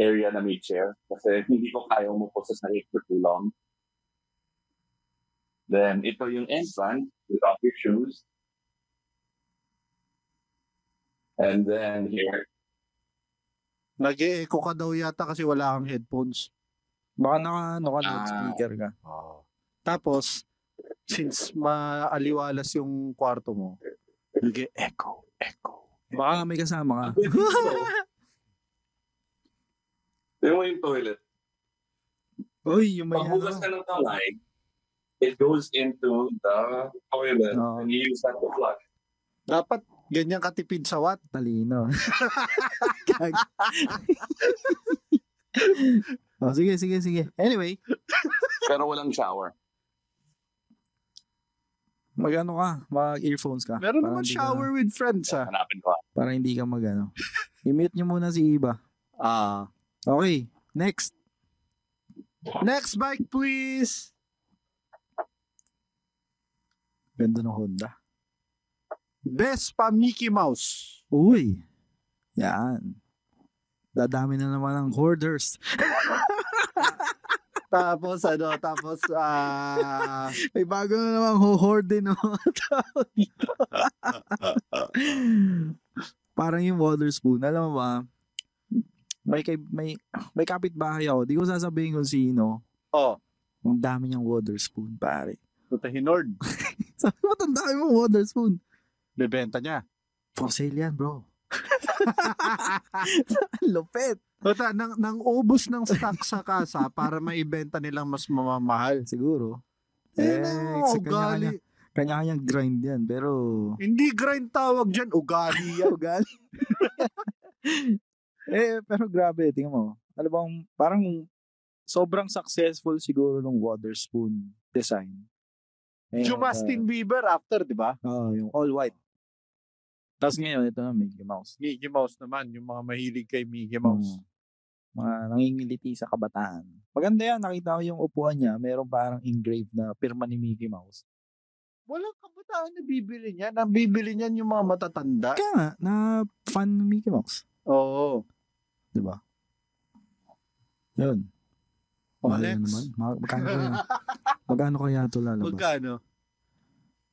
Speaker 4: area na may chair kasi hindi ko kaya umupo sa sahig for too long. Then, ito yung entrance with off your shoes. And then here,
Speaker 1: Nag-e-echo ka daw yata kasi wala kang headphones.
Speaker 2: Baka naka, ano ka,
Speaker 4: Ah.
Speaker 2: speaker ka.
Speaker 1: Tapos, since maaliwalas yung kwarto mo, nag-e-echo, echo.
Speaker 2: Baka nga may kasama ka.
Speaker 4: Tingnan mo yung toilet.
Speaker 2: Uy, yung may
Speaker 4: Paghugas
Speaker 2: ano.
Speaker 4: ka ng kamay, it goes into the toilet
Speaker 2: No.
Speaker 4: and you use that to flush.
Speaker 1: Dapat ganyan katipid sa wat.
Speaker 2: Talino. oh, sige, sige, sige. Anyway,
Speaker 4: Pero walang shower.
Speaker 2: mag-ano ka, mag-earphones ka.
Speaker 1: Meron
Speaker 2: Para
Speaker 1: naman
Speaker 2: hindi ka-
Speaker 1: shower with friends ah.
Speaker 4: Hanapin ko. ah.
Speaker 2: para hindi ka mag-ano. I-mute nyo muna si Iba.
Speaker 1: Ah.
Speaker 2: Okay, next.
Speaker 1: Next bike please.
Speaker 2: Ganda ng Honda.
Speaker 1: Vespa Mickey Mouse.
Speaker 2: Uy, yan. Dadami na naman ng hoarders.
Speaker 1: Tapos ano, tapos ah
Speaker 2: May bago na naman ho-hoard din, no? Tao dito. Parang yung Waterspoon, alam mo ba? May, kay, may, may kapitbahay ako. Di ko sasabihin kung sino.
Speaker 1: oh,
Speaker 2: Ang dami niyang Waterspoon, pare.
Speaker 1: Hinord,
Speaker 2: Sabi mo, ang dami mong Waterspoon.
Speaker 1: bebenta niya.
Speaker 2: For sale yan, bro. Ang Lupit.
Speaker 1: Puta, Tota, nang, nang ubos ng stock sa kasa para maibenta nilang mas mamamahal.
Speaker 2: Siguro.
Speaker 1: Eh,
Speaker 2: sa
Speaker 1: no,
Speaker 2: kanya-kanya,
Speaker 1: ugali.
Speaker 2: kanya-kanyang grind yan. Pero,
Speaker 1: Hindi grind tawag dyan, ugali yan.
Speaker 2: ugali. eh, pero grabe, tingnan mo. Alam bang, parang sobrang successful siguro ng Waterspoon design. Eh,
Speaker 1: Jumastin Bieber after, di ba?
Speaker 2: ah, oo, yung all white. Tapos ngayon, ito na, Mickey Mouse.
Speaker 11: Mickey Mouse naman, yung mga mahilig kay Mickey
Speaker 2: Hmm.
Speaker 11: Mouse.
Speaker 2: Mm. Mga nangingiliti sa kabataan. Maganda yan, nakita ko yung upuan niya. Meron parang engraved na pirma ni Mickey Mouse.
Speaker 1: Walang kabataan na bibili niyan. Ang bibili niyan yung mga matatanda.
Speaker 2: Kaya nga, na fan ni Mickey Mouse.
Speaker 1: Oo.
Speaker 2: Di ba? Yun. Mahal
Speaker 1: Alex.
Speaker 2: na naman. Ma- magkano kaya? magkano kaya ito lalabas?
Speaker 1: Magkano?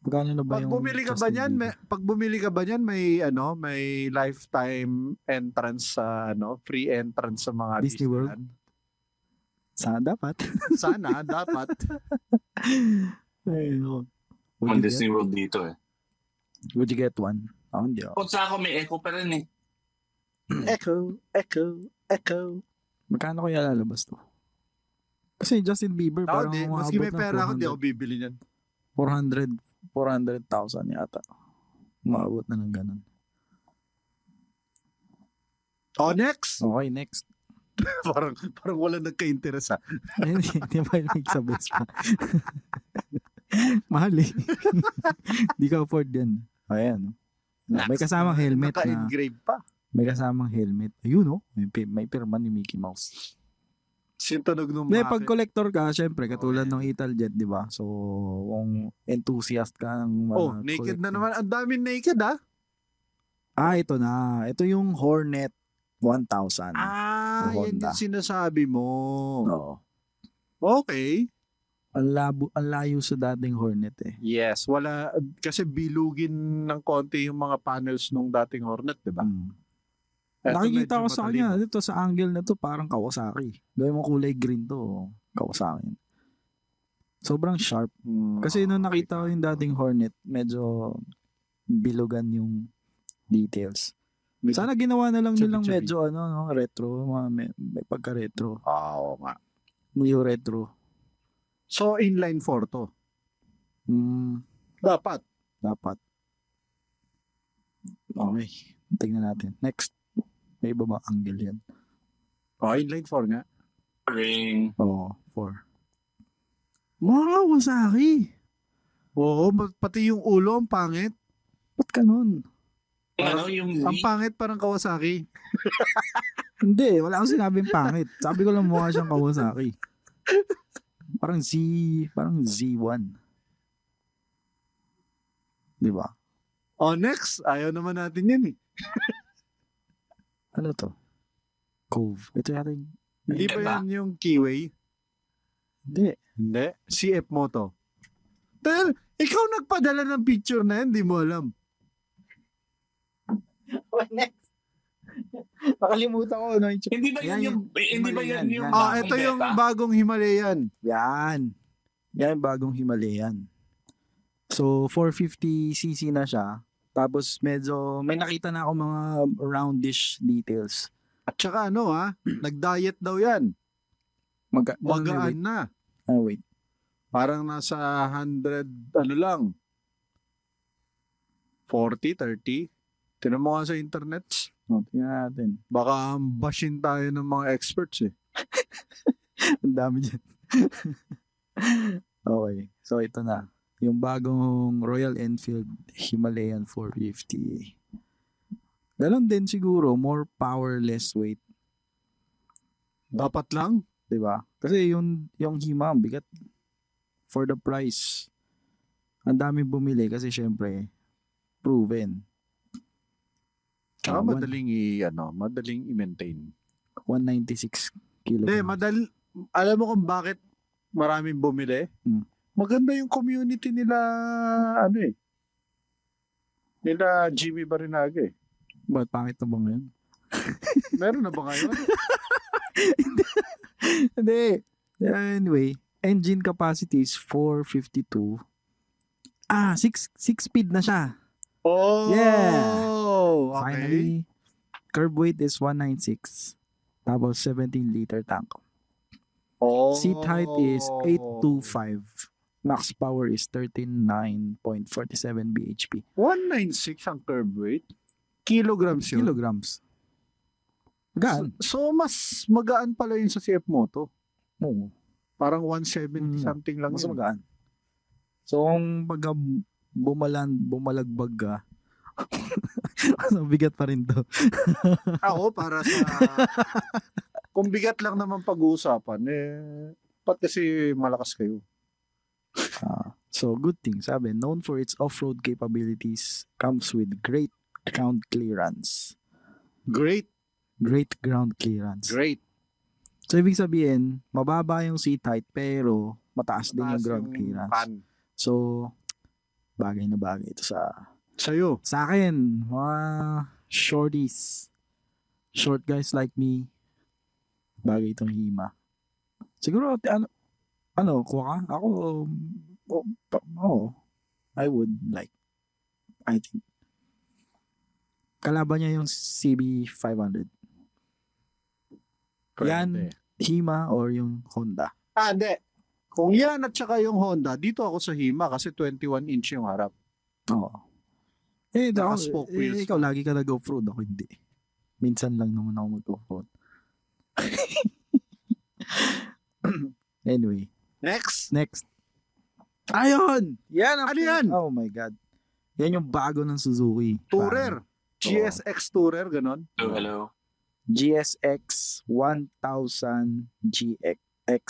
Speaker 2: Magkano na ba
Speaker 1: Pag
Speaker 2: yung...
Speaker 1: bumili ka ba
Speaker 2: Justin
Speaker 1: niyan, may,
Speaker 2: Bieber?
Speaker 1: pag bumili ka ba niyan, may ano, may lifetime entrance sa ano, free entrance sa mga
Speaker 2: Disney World?
Speaker 1: Disneyland.
Speaker 2: Sana dapat.
Speaker 1: Sana dapat.
Speaker 2: Ayun. oh. Would
Speaker 4: Ang
Speaker 2: you
Speaker 4: Disney
Speaker 2: get-
Speaker 4: World dito eh.
Speaker 2: Would you get one? Ako hindi oh. ako.
Speaker 4: Kung sa ako may echo pa rin eh.
Speaker 2: Echo, echo, echo. Magkano kaya lalabas to? Kasi Justin Bieber
Speaker 1: Ako
Speaker 2: parang
Speaker 1: di,
Speaker 2: umabot
Speaker 1: maski may
Speaker 2: ng
Speaker 1: pera ako, di ako bibili niyan.
Speaker 2: 400, 400,000 yata. Umabot na ng ganun.
Speaker 1: Oh, next.
Speaker 2: Okay, next. Oh.
Speaker 1: parang parang wala nagka-interest ah. ha.
Speaker 2: Ayun, Hindi ba yung sa best pa? Mahal eh. Hindi ka afford yan. Ayan. No, Oh, may kasamang helmet na.
Speaker 1: Naka-engrave pa.
Speaker 2: May kasamang helmet. Ayun oh. May, pi- may pirma ni Mickey Mouse.
Speaker 1: Sintunog nung
Speaker 2: Hindi,
Speaker 1: bakit.
Speaker 2: pag collector ka, syempre, katulad ng Italjet, di ba? So, kung enthusiast ka ng mga
Speaker 1: Oh, naked na
Speaker 2: collector.
Speaker 1: naman. Ang daming naked ah.
Speaker 2: Ah, ito na. Ito yung Hornet 1000.
Speaker 1: Ah,
Speaker 2: Honda. Oh.
Speaker 1: yan yung sinasabi mo.
Speaker 2: Oo.
Speaker 1: Okay.
Speaker 2: Ang, labo, ang layo sa dating Hornet eh.
Speaker 1: Yes, wala kasi bilugin ng konti yung mga panels nung dating Hornet, 'di ba? Hmm.
Speaker 2: Hmm.
Speaker 1: Eto, medyo
Speaker 2: Nakikita ko sa
Speaker 1: matalino.
Speaker 2: kanya, dito sa angle na to, parang Kawasaki. Gawin mo kulay green to, oh, Kawasaki. Sobrang sharp.
Speaker 1: Mm.
Speaker 2: Kasi nung nakita ko yung dating Hornet, medyo bilugan yung details.
Speaker 1: Medyo-
Speaker 2: Sana ginawa na lang nilang
Speaker 1: chubby-chubby.
Speaker 2: medyo ano, no, retro, mga may, may pagka-retro.
Speaker 1: Ah, oo nga.
Speaker 2: Neo retro.
Speaker 1: So inline 4 to.
Speaker 2: Mm,
Speaker 1: Dapat.
Speaker 2: dapat. Okay. Tingnan natin. Next. May iba ba angle yan?
Speaker 1: Oh, inline 4 nga.
Speaker 4: Ring.
Speaker 2: Oo, oh, four. Mga Kawasaki.
Speaker 1: Oo, ba- pati yung ulo ang pangit.
Speaker 2: Ba't ka nun?
Speaker 4: Yung ano, yung
Speaker 1: Ang pangit parang Kawasaki.
Speaker 2: Hindi, wala akong sinabing pangit. Sabi ko lang mukha siyang Kawasaki. Parang Z, parang Z1. Di ba?
Speaker 1: Oh, next. Ayaw naman natin yan eh.
Speaker 2: Ano to? Cove. Ito yata yung...
Speaker 1: Hindi ba yan yung keyway?
Speaker 2: Hindi.
Speaker 1: Hindi. CF Moto. Dahil, ikaw nagpadala ng picture na yan, di mo alam.
Speaker 2: next. Nakalimutan ko. No?
Speaker 4: Hindi ba yun
Speaker 2: Yan,
Speaker 4: yung... eh, Hindi ba yun
Speaker 2: Himalayan,
Speaker 4: yung...
Speaker 2: yan.
Speaker 1: Ah, ito yung
Speaker 4: beta?
Speaker 1: bagong Himalayan.
Speaker 2: Yan. Yan yung bagong Himalayan. So, 450cc na siya. Tapos medyo, may nakita na ako mga roundish details.
Speaker 1: At saka ano
Speaker 2: ah,
Speaker 1: ha, nag-diet daw yan.
Speaker 2: Magka-
Speaker 1: Magaan na.
Speaker 2: Ah, wait.
Speaker 1: Parang nasa 100, ano lang. 40, 30. Tinan mo nga sa internet.
Speaker 2: Oh, tingnan natin.
Speaker 1: Baka bashin tayo ng mga experts eh.
Speaker 2: Ang dami dyan. okay. So, ito na. Yung bagong Royal Enfield Himalayan 450. Ganon din siguro, more power, less weight.
Speaker 1: Dapat lang.
Speaker 2: 'di ba? Kasi yung yung hima ang bigat for the price. Ang dami bumili kasi syempre proven.
Speaker 1: Tsaka
Speaker 2: Ah, one-
Speaker 1: madaling i, ano, madaling i-maintain.
Speaker 2: 196
Speaker 1: Hindi,
Speaker 2: kilograms.
Speaker 1: madal... Alam mo kung bakit maraming bumili?
Speaker 2: Mm.
Speaker 1: Maganda yung community nila, ano eh. Nila Jimmy Barinaga eh.
Speaker 2: Ba't pangit na ba ngayon?
Speaker 1: Meron na ba kayo?
Speaker 2: Hindi. Anyway, engine capacity is 452. Ah, 6 6 speed na siya.
Speaker 1: oh!
Speaker 2: Yeah.
Speaker 1: Okay.
Speaker 2: Finally, curb weight is 196. Tapos 17 liter tank.
Speaker 1: oh.
Speaker 2: Seat height is 825. Max power is 39.47 bhp.
Speaker 1: 196 ang curb weight. Kilograms yun.
Speaker 2: Kilograms. Gaan.
Speaker 1: So, so mas magaan pala yun sa CF Moto.
Speaker 2: Oo.
Speaker 1: Parang 170
Speaker 2: Mm.
Speaker 1: something lang.
Speaker 2: Mas
Speaker 1: yun.
Speaker 2: magaan. So, kung pag bumalan, bumalagbag ka, Ang bigat pa rin to.
Speaker 1: Ako, para sa... kung bigat lang naman pag-uusapan, eh, ba't kasi malakas kayo?
Speaker 2: Ah, so good thing, sabi, known for its off-road capabilities, comes with great ground clearance.
Speaker 1: Great?
Speaker 2: Great ground clearance.
Speaker 1: Great.
Speaker 2: So ibig sabihin, mababa yung seat height pero mataas din yung
Speaker 1: Mataas
Speaker 2: ground
Speaker 1: yung
Speaker 2: clearance.
Speaker 1: pan.
Speaker 2: So bagay na bagay ito sa
Speaker 1: sa'yo.
Speaker 2: Sa akin, mga shorties. Short guys like me. Bagay itong hima. Siguro ate, ano ano, kuha ka? Ako um, oh, pa- oh, I would like I think kalaban niya yung CB 500. Yan, Hima or yung Honda.
Speaker 1: Ah, hindi. Kung yan at saka yung Honda, dito ako sa Hima kasi 21 inch yung harap.
Speaker 2: Oo. Eh,
Speaker 1: Naka
Speaker 2: ako,
Speaker 1: spoke
Speaker 2: eh,
Speaker 1: wheels.
Speaker 2: ikaw lagi ka nag-offroad. Ako hindi. Minsan lang naman ako mag-offroad. anyway.
Speaker 1: Next!
Speaker 2: Next. Ayun! Yan ang
Speaker 1: Ano yan?
Speaker 2: Oh my God. Yan yung bago ng Suzuki.
Speaker 1: Tourer. GSX Tourer, ganun.
Speaker 4: Hello, hello.
Speaker 2: GSX 1000 GX.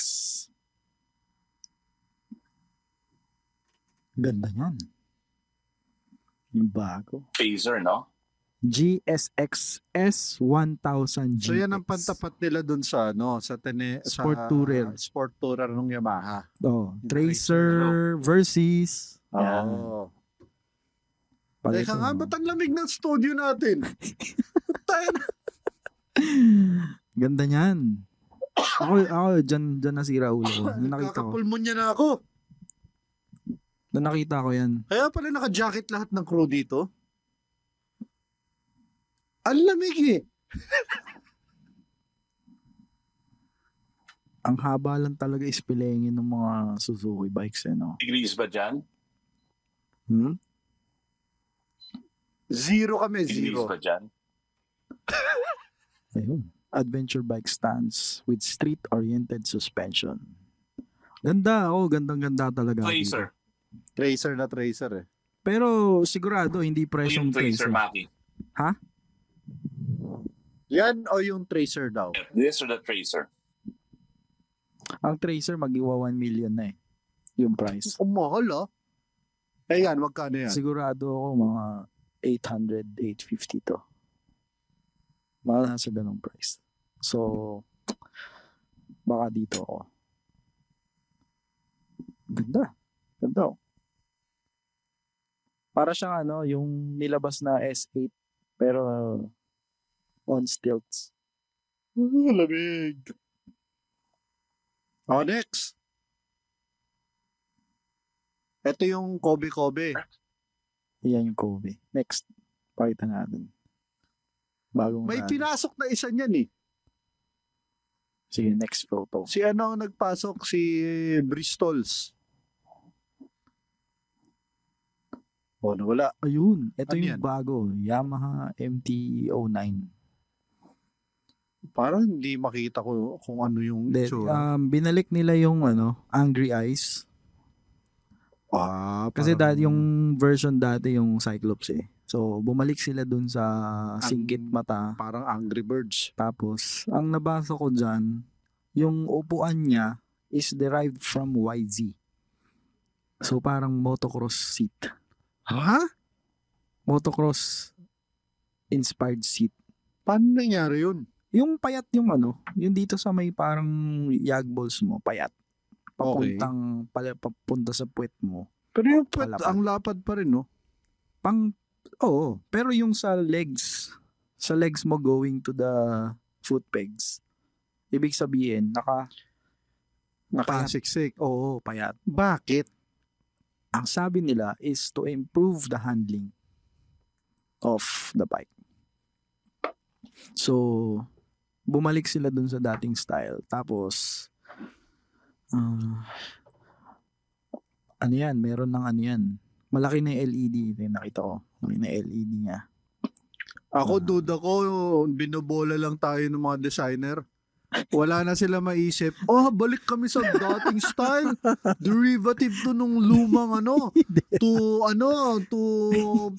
Speaker 2: Ganda yan. Yung bago.
Speaker 4: Phaser, no?
Speaker 2: GSX S1000 GX.
Speaker 1: So yan ang pantapat nila dun sa ano, sa tene, sa
Speaker 2: Sport Tourer.
Speaker 1: Sport Tourer ng Yamaha.
Speaker 2: Oh, Tracer versus.
Speaker 1: Oo.
Speaker 2: Pala
Speaker 1: Ah. Teka
Speaker 2: ito,
Speaker 1: nga,
Speaker 2: no?
Speaker 1: ba't ang lamig ng studio natin? Tayo na.
Speaker 2: Ganda niyan. Ako, ako, dyan, dyan nasira ulo ko. Nung nakita ko.
Speaker 1: Kakapulmonya na ako.
Speaker 2: Nung nakita ko yan.
Speaker 1: Kaya pala naka-jacket lahat ng crew dito. Ang lamig eh.
Speaker 2: Ang haba lang talaga ispilingin ng mga Suzuki bikes eh, no?
Speaker 4: Degrees ba dyan?
Speaker 2: Hmm?
Speaker 1: Zero kami,
Speaker 4: Degrees
Speaker 1: zero.
Speaker 4: ba dyan?
Speaker 2: Ayun. Adventure bike stands with street-oriented suspension. Ganda, oh, gandang-ganda talaga.
Speaker 4: Tracer.
Speaker 1: Tracer na tracer eh.
Speaker 2: Pero sigurado, hindi
Speaker 4: Yung
Speaker 2: presyong
Speaker 4: Tracer,
Speaker 2: tracer.
Speaker 4: Maki.
Speaker 2: Ha?
Speaker 1: Yan o yung tracer daw?
Speaker 4: This or the Tracer?
Speaker 2: Ang tracer, mag-iwa 1 million na eh. Yung price.
Speaker 1: Ang mahal ah. Eh yan, magkano yan?
Speaker 2: Sigurado ako mga 800, 850 to. Mahal na sa ganong price. So, baka dito ako. Ganda. Ganda. oh. Para siyang ano, yung nilabas na S8 pero on stilts.
Speaker 1: Uh, lamig. Oh, next. Ito yung Kobe Kobe.
Speaker 2: Iyan yung Kobe. Next, pakita natin. Bagong
Speaker 1: May
Speaker 2: ano.
Speaker 1: pinasok na isa niyan eh.
Speaker 2: Sige, next photo.
Speaker 1: Si ano ang nagpasok? Si Bristols. Oh, nawala.
Speaker 2: Ayun, ito
Speaker 1: Ano
Speaker 2: yung
Speaker 1: yan?
Speaker 2: bago. Yamaha MT-09.
Speaker 1: Parang hindi makita ko kung ano yung
Speaker 2: Then,
Speaker 1: itsura.
Speaker 2: um, binalik nila yung ano, Angry Eyes.
Speaker 1: ah,
Speaker 2: Kasi
Speaker 1: parang-
Speaker 2: dati yung version dati yung Cyclops eh. So, bumalik sila dun sa Singkit Mata.
Speaker 1: Parang Angry Birds.
Speaker 2: Tapos, ang nabasa ko dyan, yung upuan niya is derived from YZ. So, parang motocross seat.
Speaker 1: Ha?
Speaker 2: Motocross inspired seat.
Speaker 1: Paano nangyari yun?
Speaker 2: Yung payat yung ano, yung dito sa may parang yag balls mo, payat. Papuntang, pala, papunta sa puwet mo.
Speaker 1: Pero yung pet,
Speaker 2: Palapad.
Speaker 1: ang lapad pa rin, no?
Speaker 2: pang oo pero yung sa legs sa legs mo going to the foot pegs ibig sabihin naka
Speaker 1: Nakasiksik.
Speaker 2: oo payat
Speaker 1: Bakit?
Speaker 2: ang sabi nila is to improve the handling of the bike so bumalik sila dun sa dating style tapos ah, ano yan meron ng ano yan malaki na yung LED ito yung nakita ko malaki na LED niya
Speaker 1: Ako, duda ko, binobola lang tayo ng mga designer. Wala na sila maisip. Oh, balik kami sa dating style. Derivative to nung lumang ano. To ano, to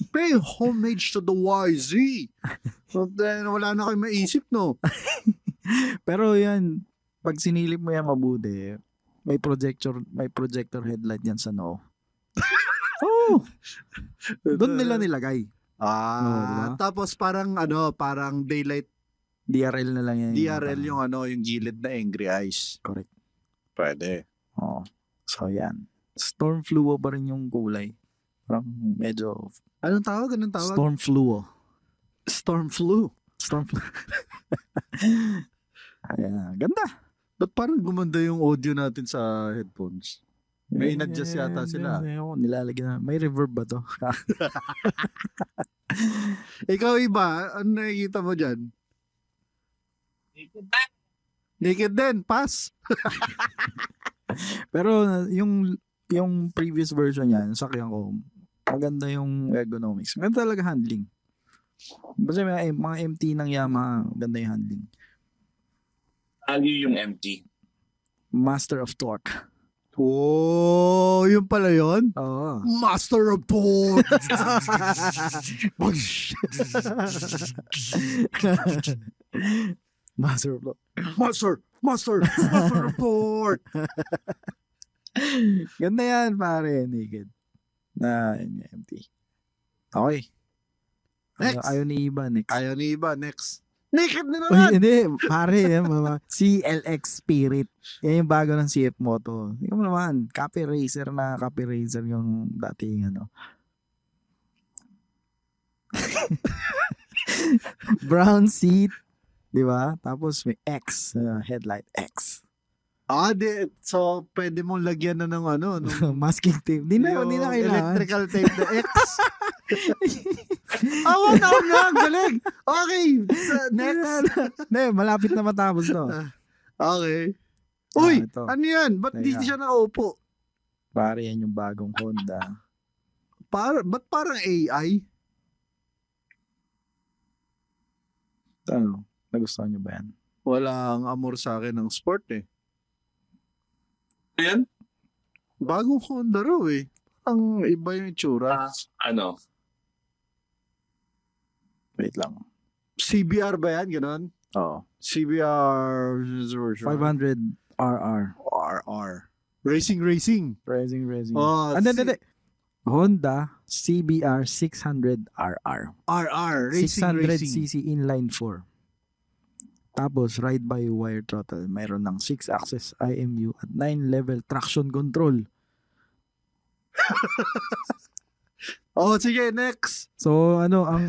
Speaker 1: pay homage to the YZ. So, then, wala na kayo maisip, no?
Speaker 2: Pero yan, pag sinilip mo yan mabuti, may projector, may projector headlight yan sa noo. oh! Doon nila nilagay. Oo,
Speaker 1: Ah,
Speaker 2: diba?
Speaker 1: tapos parang ano, parang daylight
Speaker 2: DRL na lang yan.
Speaker 1: DRL yung ano, yung gilid na angry eyes.
Speaker 2: Correct.
Speaker 11: Pwede.
Speaker 2: Oo. So, yan. Storm fluo pa rin yung kulay. Parang medyo
Speaker 1: Anong tawag? Anong tawag?
Speaker 2: storm fluo.
Speaker 1: Storm flu.
Speaker 2: Storm fluo. Ayan. Ganda.
Speaker 1: Ba't parang gumanda yung audio natin sa headphones? May in-adjust yata sila.
Speaker 2: Ewan ko, Nilalagyan na. May reverb ba to?
Speaker 1: Ikaw iba, ano nakikita mo dyan? Naked din, pass.
Speaker 2: Pero uh, yung yung previous version niyan, sakyan ko, maganda yung ergonomics. Maganda talaga handling. Basta mga, mga MT ng Yamaha, maganda yung handling.
Speaker 4: Value yung empty.
Speaker 2: Master of torque.
Speaker 1: Oh, yun pala yun?
Speaker 2: Oo.
Speaker 1: Master of Porn!
Speaker 2: Master of torque.
Speaker 1: Master! Master! Master of Porn!
Speaker 2: Ganda yan, pare. Naked. Na yun yung MT. Okay.
Speaker 1: Next.
Speaker 2: Ayaw, ayaw ni Iba, next.
Speaker 1: Ayaw ni iba, next. Naked na
Speaker 2: Uy,
Speaker 1: naman!
Speaker 2: hindi, pare, yan, mama. CLX Spirit. Yan yung bago ng CF Moto. Hindi mo naman, copy racer na copy racer yung dating ano. Brown seat, di ba? Tapos may X, uh, headlight X.
Speaker 1: Ah, di, so pwede mong lagyan na ng ano, nung
Speaker 2: Masking tape. Di na, di na
Speaker 1: Yung
Speaker 2: kailangan.
Speaker 1: Electrical tape na X. Oo, oh, na, na, galing. Okay, sa- next.
Speaker 2: Hindi, malapit na matapos to.
Speaker 1: Ah, Okay. Uy,
Speaker 2: Ah, ito.
Speaker 1: ano yan? Ba't di
Speaker 2: Teka.
Speaker 1: siya nakaupo?
Speaker 2: Pare, yan yung bagong Honda.
Speaker 1: Par, ba't parang AI?
Speaker 2: Ano, nagustuhan nyo ba yan?
Speaker 1: Walang amor sa akin ng sport eh.
Speaker 4: Ano yan?
Speaker 1: Bagong Honda raw eh. Ang iba yung itsura.
Speaker 4: Ah, ano?
Speaker 2: Wait lang.
Speaker 1: CBR ba yan? Ganon?
Speaker 2: Oo.
Speaker 1: CBR
Speaker 2: 500 RR.
Speaker 1: RR. Racing Racing.
Speaker 2: Rising, rising.
Speaker 1: Oh, si-
Speaker 2: Ano, ano, ano? Honda CBR 600 RR.
Speaker 1: RR. Racing
Speaker 2: 600
Speaker 1: Racing.
Speaker 2: cc inline 4. Tapos ride-by-wire throttle. Mayroon ng 6-axis IMU at 9-level traction control.
Speaker 1: Oh, sige, next.
Speaker 2: So ano, ang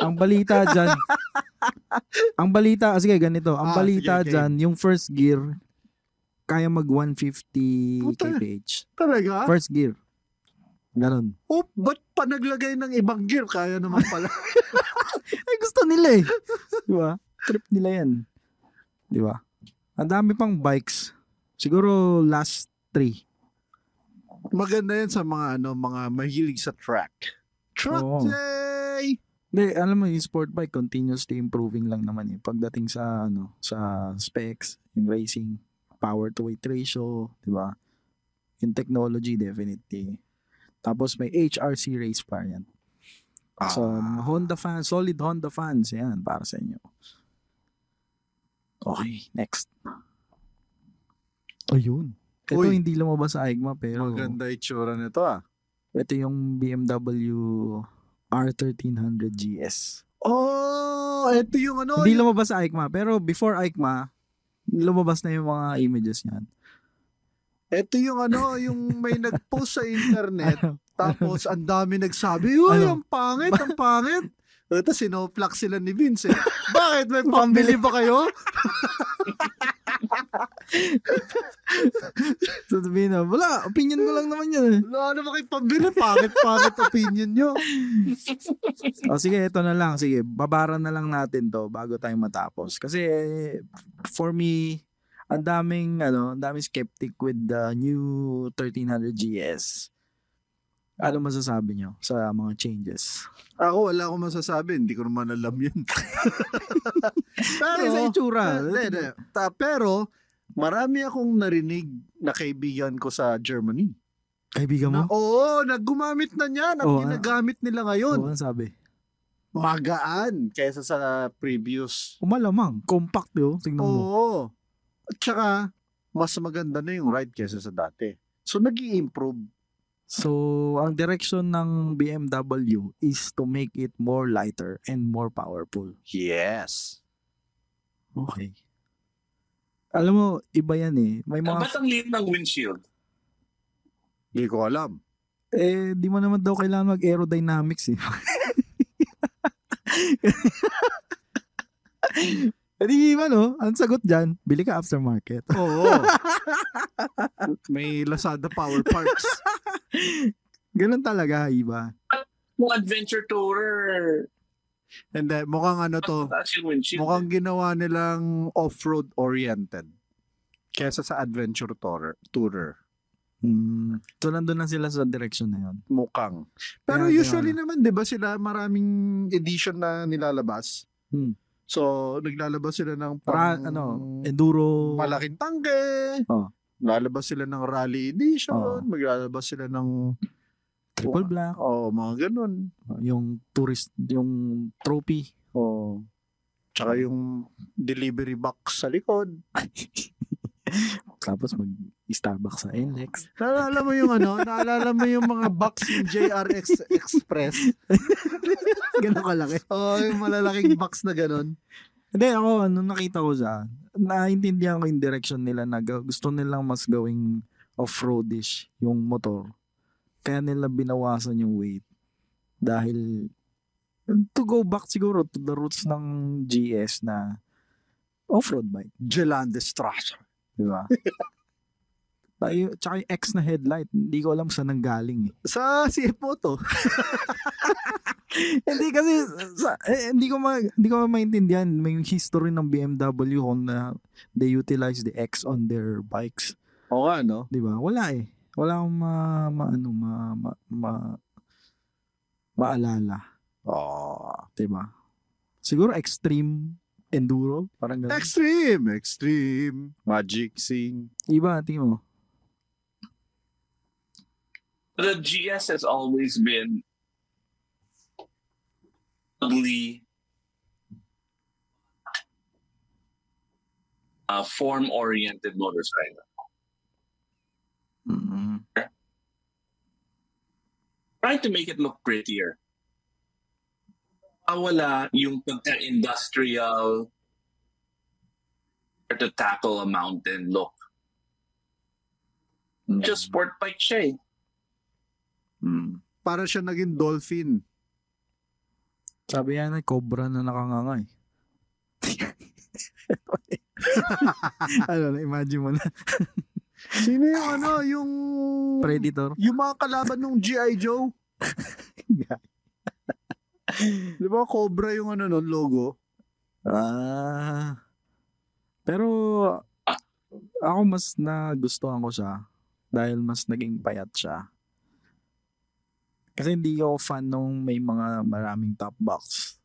Speaker 2: ang balita dyan, ang balita, ah, sige ganito,
Speaker 1: Ah,
Speaker 2: ang balita
Speaker 1: sige, okay.
Speaker 2: dyan, yung first gear, kaya mag 150
Speaker 1: Puta. Ah.
Speaker 2: kph.
Speaker 1: Talaga?
Speaker 2: First gear. Ganon.
Speaker 1: Oh, ba't pa naglagay ng ibang gear? Kaya naman pala.
Speaker 2: Ay, gusto nila eh. Di ba? Trip nila yan. Di ba? Ang dami pang bikes. Siguro last three.
Speaker 1: Maganda yan sa mga ano, mga mahilig sa track. Track
Speaker 2: Oo.
Speaker 1: day!
Speaker 2: Hindi, alam mo, yung sport bike, continuously improving lang naman eh. Pagdating sa, ano, sa specs, yung racing, power to weight ratio, di ba? Yung technology, definitely. Tapos may HRC race variant. So,
Speaker 1: Ah.
Speaker 2: mga Honda fans, solid Honda fans, yan, para sa inyo. Okay, next. Ayun. Ito
Speaker 1: Uy.
Speaker 2: hindi lumabas sa AIGMA, pero
Speaker 1: Maganda itsura nito ah.
Speaker 2: ito yung BMW R1300 GS.
Speaker 1: Oh, ito yung ano.
Speaker 2: Hindi
Speaker 1: yung-
Speaker 2: lumabas sa Aikma. Pero before Aikma, lumabas na yung mga images niyan.
Speaker 1: Ito yung ano, yung may nag-post sa internet.
Speaker 2: Ano?
Speaker 1: Tapos ang dami nagsabi, uy,
Speaker 2: Ano?
Speaker 1: ang pangit, ang pangit. Tapos sinoplak sila ni Vince. eh. Bakit? May pambili ba kayo?
Speaker 2: Sasabihin na, wala, opinion ko lang naman yan. eh."
Speaker 1: Wala naman kayo pambili. Pangit, pangit opinion nyo.
Speaker 2: O sige, ito na lang. Sige, babara na lang natin to bago tayo matapos. Kasi eh, for me, ang daming, ano, ang daming skeptic with the new 1300 GS. Ano masasabi nyo sa mga changes?
Speaker 1: Ako, wala akong masasabi. Hindi ko naman alam yun. pero,
Speaker 2: Ano Sa itsura.
Speaker 1: Ano? Hindi, hindi. Ta- pero, marami akong narinig na kaibigan ko sa Germany.
Speaker 2: Kaibigan
Speaker 1: Na,
Speaker 2: mo?
Speaker 1: oo, naggumamit na niya. Ang
Speaker 2: Oo, ah.
Speaker 1: ginagamit nila ngayon.
Speaker 2: Oo, ano sabi?
Speaker 1: Magaan kaysa sa previous.
Speaker 2: Umalamang. Compact yun.
Speaker 1: Mm.
Speaker 2: Tingnan mo.
Speaker 1: Oo. At saka, mas maganda na yung ride kaysa sa dati. So, nag improve
Speaker 2: So, ang direction ng BMW is to make it more lighter and more powerful.
Speaker 1: Yes.
Speaker 2: Okay. Alam mo, iba yan eh. May
Speaker 4: Mga...
Speaker 2: mga...
Speaker 4: Ah, Ba't ang liit ng windshield?
Speaker 1: Hindi ko alam.
Speaker 2: Eh, di mo naman daw kailangan mag-aerodynamics eh. Eh, di ba no? Ang sagot dyan, bili ka aftermarket.
Speaker 1: Oo. May Lazada Power Parts.
Speaker 2: Ganun talaga, iba.
Speaker 4: Mga adventure tourer.
Speaker 1: And then, mukhang ano to,
Speaker 4: Taas yung windshield.
Speaker 1: mukhang ginawa nilang off-road oriented kesa sa adventure tourer. tourer.
Speaker 2: Mm. So, nandun na sila sa direction na yun.
Speaker 1: Mukhang. Pero
Speaker 2: Kaya
Speaker 1: usually naman, di ba sila maraming edition na nilalabas?
Speaker 2: Hmm.
Speaker 1: So, naglalabas sila ng
Speaker 2: Para,
Speaker 1: pang-
Speaker 2: ano, enduro.
Speaker 1: malaking tangke.
Speaker 2: Oh.
Speaker 1: Lalabas sila ng rally edition.
Speaker 2: Oh.
Speaker 1: Maglalabas sila ng
Speaker 2: Triple black.
Speaker 1: Oh, mga ganun.
Speaker 2: Yung tourist, yung trophy.
Speaker 1: Oh. Tsaka yung delivery box sa likod.
Speaker 2: Tapos mag-Starbucks sa NLEX.
Speaker 1: Naalala mo yung ano? Naalala mo yung mga box yung JRX Express?
Speaker 2: Ganun kalaki.
Speaker 1: Oo, oh, yung malalaking box na ganun.
Speaker 2: Hindi, ako, ano nakita ko sa, naiintindihan ko yung direction nila na ga- gusto nilang mas gawing off-roadish yung motor. Kaya nila binawasan yung weight. Dahil, to go back siguro to the roots ng GS na off-road bike.
Speaker 1: Gelande Strasse.
Speaker 2: Di ba? Tayo, tsaka yung X na headlight, hindi ko alam saan nanggaling eh.
Speaker 1: Sa CFO to.
Speaker 2: hindi kasi, sa- eh, hindi ko ma, hindi ko maintindihan. May history ng BMW kung na they utilize the X on their bikes.
Speaker 1: Oo nga, no?
Speaker 2: Di ba? Wala eh. Wala akong ma, ma, ano, ma, ma, ma, maalala.
Speaker 1: Oh.
Speaker 2: Di ba? Siguro extreme enduro. Parang ganun.
Speaker 1: Extreme! Extreme! Magic Sing.
Speaker 2: Iba, tingin mo.
Speaker 4: The GS has always been ugly uh, form-oriented motorcycle.
Speaker 2: Mm.
Speaker 4: Trying to make it look prettier. Awala yung pagka-industrial or to tackle a mountain look. Just sport bike siya eh.
Speaker 1: Para siya naging dolphin.
Speaker 2: Sabi yan, eh, cobra na nakanganga eh. ano na, imagine mo na.
Speaker 1: Sino yung ano? Yung...
Speaker 2: Predator.
Speaker 1: Yung mga kalaban ng G.I. Joe. Di ba Cobra yung ano nun, logo?
Speaker 2: Ah. Pero ako mas nagustuhan ko siya dahil mas naging payat siya. Kasi hindi ako fan nung may mga maraming top box.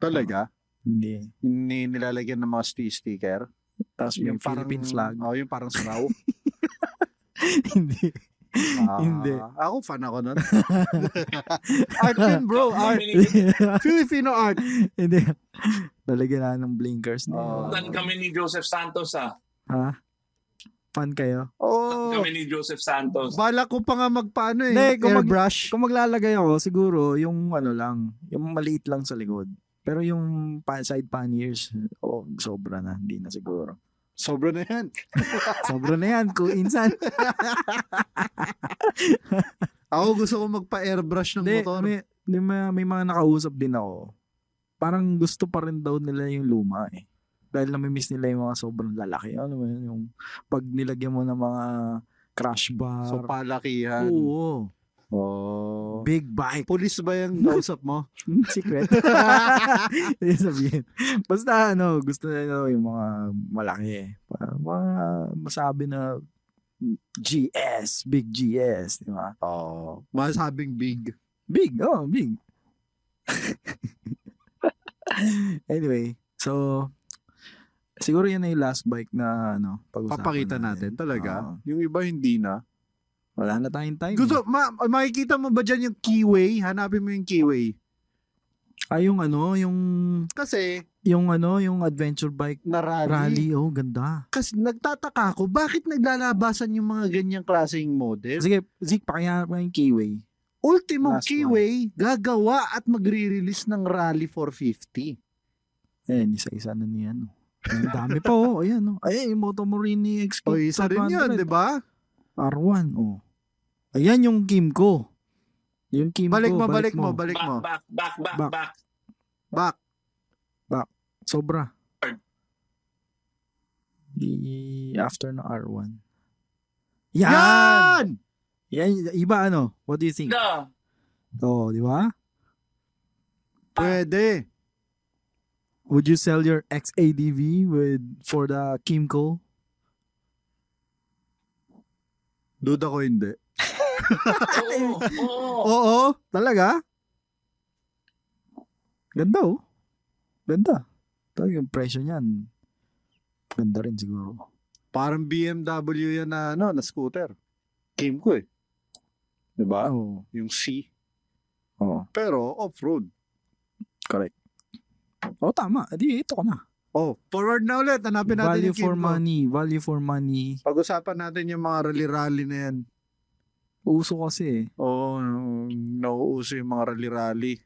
Speaker 1: Talaga?
Speaker 2: Hindi.
Speaker 1: Ni nilalagyan ng mga sti- sticker.
Speaker 2: Tapos yung Philippine flag.
Speaker 1: Oh, yung parang snow.
Speaker 2: hindi.
Speaker 1: Ah,
Speaker 2: Hindi.
Speaker 1: Ako fan ako nun. art yun bro, art. Filipino art.
Speaker 2: hindi. Lalagyan na ng blinkers
Speaker 1: Oh.
Speaker 2: na.
Speaker 4: Tan kami ni Joseph Santos ah.
Speaker 2: ha? Fan kayo?
Speaker 1: Oh,
Speaker 4: kami ni Joseph Santos.
Speaker 1: bala ko pa nga magpaano eh.
Speaker 2: Hindi, kung mag-
Speaker 1: Airbrush.
Speaker 2: Kung maglalagay ako, siguro yung ano lang, yung maliit lang sa likod. Pero yung pa- side panniers, oh, sobra na. Hindi na siguro.
Speaker 1: Sobra na yan.
Speaker 2: Sobra na yan, kung insan.
Speaker 1: Ako gusto ko magpa-airbrush ng
Speaker 2: Hindi,
Speaker 1: motor.
Speaker 2: may, may, mga- may mga nakausap din ako. Parang gusto pa rin daw nila yung luma eh. Dahil namimiss nila yung mga sobrang lalaki. Ano mo yun, yung pag nilagyan mo ng mga crash bar.
Speaker 1: So, palakihan.
Speaker 2: Oo.
Speaker 1: Oh.
Speaker 2: Big bike.
Speaker 1: Police ba yung kausap mo?
Speaker 2: Hmm, Secret. Hindi sabihin. Basta ano, gusto nila yung mga malaki eh. Para- Mga masabi na GS, big GS, di ba?
Speaker 1: Oo. Masabing big.
Speaker 2: Big, oh, big. anyway, so siguro yun na yung last bike na ano, pag-usapan
Speaker 1: Papakita natin talaga.
Speaker 2: Oo.
Speaker 1: Yung iba hindi na.
Speaker 2: Wala na tayong time.
Speaker 1: Gusto, ma- makikita mo ba dyan yung keyway? Hanapin mo yung keyway.
Speaker 2: Ay, yung ano, yung
Speaker 1: Kasi,
Speaker 2: yung ano, yung adventure bike
Speaker 1: na rally.
Speaker 2: rally, oh, ganda.
Speaker 1: Kasi nagtataka ako, bakit naglalabasan yung mga ganyang klaseng model?
Speaker 2: Sige, Zeke, pakihanap mo yung keyway.
Speaker 1: Ultimo
Speaker 2: Last
Speaker 1: keyway, gagawa at magre-release ng Rally 450.
Speaker 2: Ayan, isa-isa na niyan. oh. Ang dami pa, oh. Ayan, oh. Ayan, yung Motomorini XP.
Speaker 1: O Oh, isa rin yun, di ba? Ano
Speaker 2: R1, oh. Ayan yung Kimco. Yung Kimco,
Speaker 1: Balik mo, balik mo, balik mo.
Speaker 4: Back, back, back,
Speaker 2: Back.
Speaker 4: back.
Speaker 1: Back.
Speaker 2: Sobra.
Speaker 4: Third.
Speaker 2: I- after na R1.
Speaker 1: Yan!
Speaker 2: Yan! Yan! Iba ano? What do you think?
Speaker 4: Da.
Speaker 2: Oh, di ba?
Speaker 1: Pwede.
Speaker 2: Would you sell your XADV with for the Kimco?
Speaker 1: Duda ko hindi.
Speaker 4: Oo, oo.
Speaker 1: Oo,
Speaker 2: Talaga? Ganda oh. Ganda. Talaga yung presyo niyan. Ganda rin siguro.
Speaker 1: parang BMW yan na, ano, na scooter. Game ko eh. Di ba?
Speaker 2: Oh,
Speaker 1: Yung C.
Speaker 2: oh,
Speaker 1: Pero off-road.
Speaker 2: correct. Oh, tama. Adi, ito ko na.
Speaker 1: Oh, forward na ulit. Hanapin natin
Speaker 2: Value
Speaker 1: yung Kimco.
Speaker 2: for money. Value for money.
Speaker 1: Pag-usapan natin yung mga rally-rally na yan.
Speaker 2: Uso kasi eh.
Speaker 1: Oo, oh, nauuso yung mga rally-rally.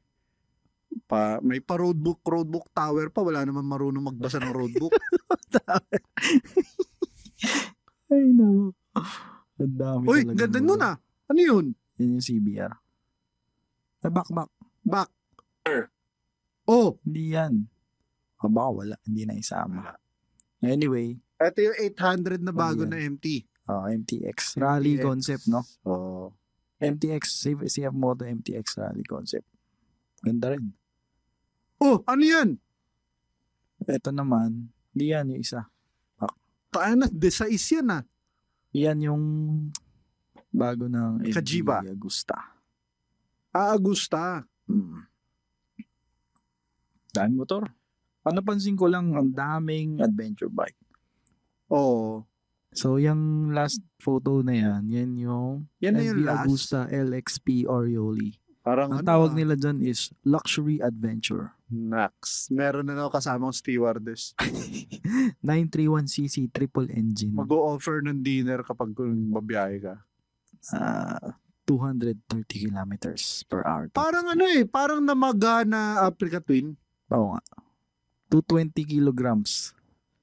Speaker 1: Pa, may pa roadbook, roadbook tower pa. Wala naman marunong magbasa ng roadbook.
Speaker 2: Ay, no. Ang dami
Speaker 1: Uy,
Speaker 2: talaga.
Speaker 1: ganda
Speaker 2: bro.
Speaker 1: nun ah. Ano yun?
Speaker 2: Yan yung CBR. Ay, back, back.
Speaker 1: Back.
Speaker 4: Sure.
Speaker 1: Oh,
Speaker 2: Hindi yan. O, baka wala. Hindi na isama. Anyway,
Speaker 1: ito yung 800 na bago
Speaker 2: Ayan.
Speaker 1: na MT.
Speaker 2: oh, MTX. Rally
Speaker 1: MTX.
Speaker 2: concept, no?
Speaker 1: Oh.
Speaker 2: MTX, CF, CF Moto MTX rally concept. Ganda rin.
Speaker 1: Oh, ano yan?
Speaker 2: Ito naman, hindi yan yung isa.
Speaker 1: Tayo na, desais yan ah.
Speaker 2: Yan yung bago ng MTX
Speaker 1: Kajiba.
Speaker 2: Agusta.
Speaker 1: Ah, Agusta.
Speaker 2: Hmm. Dami motor. Ang napansin ko lang, ang daming adventure bike.
Speaker 1: Oo.
Speaker 2: So, yung last photo na yan, yan yung
Speaker 1: Yan na yung
Speaker 2: LV
Speaker 1: last.
Speaker 2: Agusta LXP Orioli.
Speaker 1: Parang
Speaker 2: Ang
Speaker 1: ano,
Speaker 2: tawag
Speaker 1: ah,
Speaker 2: nila dyan is Luxury Adventure.
Speaker 1: Nax. Meron na ako kasamang stewardess.
Speaker 2: 931cc triple engine.
Speaker 1: Mag-o-offer ng dinner kapag babiyahe ka.
Speaker 2: ah, 230 kilometers per hour.
Speaker 1: Parang ano eh, parang namaga na Africa Twin.
Speaker 2: Oo nga. 220 kilograms.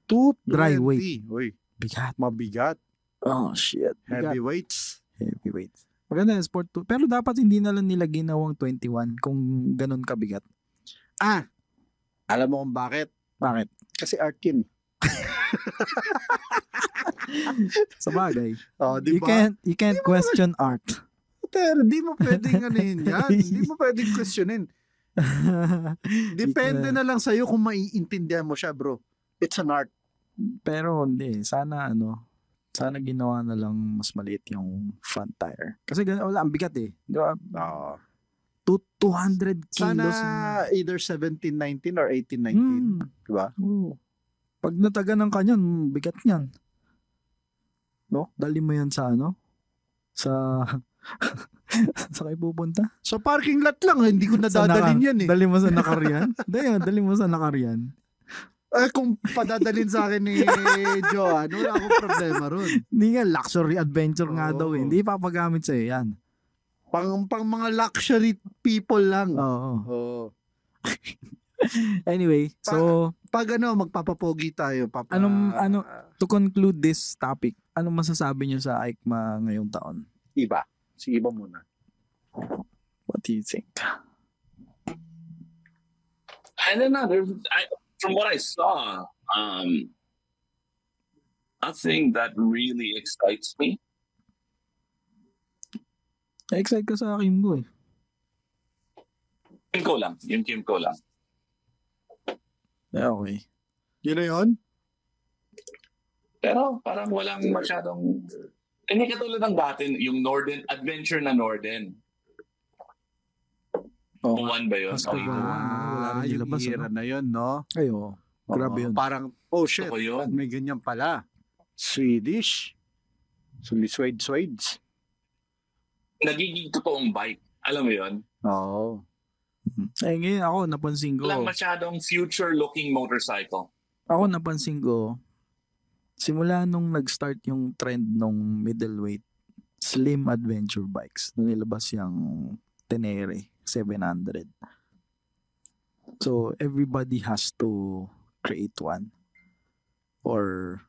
Speaker 1: 220.
Speaker 2: Dry weight.
Speaker 1: Uy,
Speaker 2: Bigat.
Speaker 1: mabigat.
Speaker 2: Oh, shit. Bigat.
Speaker 1: Heavyweights.
Speaker 2: Heavyweight. Maganda yung sport to. Pero dapat hindi na lang nila ginawang 21 kung ganun kabigat.
Speaker 1: Ah! Alam mo kung bakit?
Speaker 2: Bakit?
Speaker 1: Kasi art yun. eh.
Speaker 2: Sa bagay.
Speaker 1: Oh, di
Speaker 2: you
Speaker 1: ba?
Speaker 2: can't, you can't question art.
Speaker 1: Pero di mo pwedeng anuhin yan. Di mo pwedeng questionin. Depende na lang sa'yo kung maiintindihan mo siya, bro. It's an art.
Speaker 2: Pero hindi, sana ano, sana ginawa na lang mas maliit yung front tire. Kasi ganun, wala, ang bigat eh. Di ba? Two- 200 kilos.
Speaker 1: Sana
Speaker 2: yung-
Speaker 1: either 1719 or 1819.
Speaker 2: Hmm.
Speaker 1: Di ba?
Speaker 2: Oo. Pag nataga ng kanyon, bigat niyan. No? Dali mo yan sa ano? Sa... sa kayo pupunta?
Speaker 1: Sa parking lot lang, hindi ko
Speaker 2: Sa
Speaker 1: nadadalin
Speaker 2: naka-
Speaker 1: yan eh.
Speaker 2: Dali mo sa Nakarian? Dali, dali mo sa Nakarian.
Speaker 1: Eh, kung padadalin sa akin ni Joan, wala akong problema ron.
Speaker 2: Hindi nga, luxury adventure nga daw
Speaker 1: Oo.
Speaker 2: eh. Hindi papagamit sa'yo yan.
Speaker 1: Pang, pang mga luxury people lang.
Speaker 2: Oo.
Speaker 1: Oo.
Speaker 2: Anyway, so
Speaker 1: Pag ano, magpapapogi tayo. Papa...
Speaker 2: Anong- ano- to conclude this topic, ano masasabi nyo sa ICMA ngayong taon?
Speaker 1: Iba. Sige iba muna.
Speaker 2: What do you think?
Speaker 4: I don't know. There's, uh, I, from what I saw, um, nothing that really excites me.
Speaker 2: Excited ka sa eh. akin boy.
Speaker 4: Kimco lang. Yung Kimco lang.
Speaker 2: Okay.
Speaker 1: Yun na yun?
Speaker 4: Pero parang walang masyadong eh, Hindi katulad ng dati, yung Norden, adventure na Norden. Oh, one ba yun?
Speaker 1: Mas ko
Speaker 2: Ah,
Speaker 4: Okay.
Speaker 1: Wala rin Ah, yung era na yun, no?
Speaker 2: Ayo. Grabe yun.
Speaker 1: Parang, oh shit,
Speaker 4: Totoo yun.
Speaker 1: may ganyan pala. Swedish. Suliswade Swedes.
Speaker 4: Nagiging totoong bike. Alam mo yun?
Speaker 1: Oo.
Speaker 2: Eh ngayon ako napansin ko.
Speaker 4: Walang masyadong future-looking motorcycle.
Speaker 2: Ako napansin ko simula nung nag-start yung trend nung middleweight slim adventure bikes. Nung nilabas yung Tenere 700. So everybody has to create one or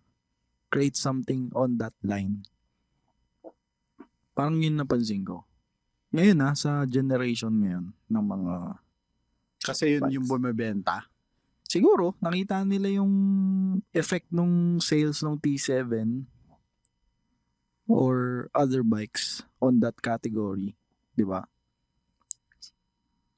Speaker 2: create something on that line. Parang yun napansin ko. Ngayon ha, sa generation ngayon ng mga
Speaker 1: Kasi yun yung bumibenta.
Speaker 2: siguro nakita nila yung effect nung sales ng T7 or other bikes on that category, 'di ba?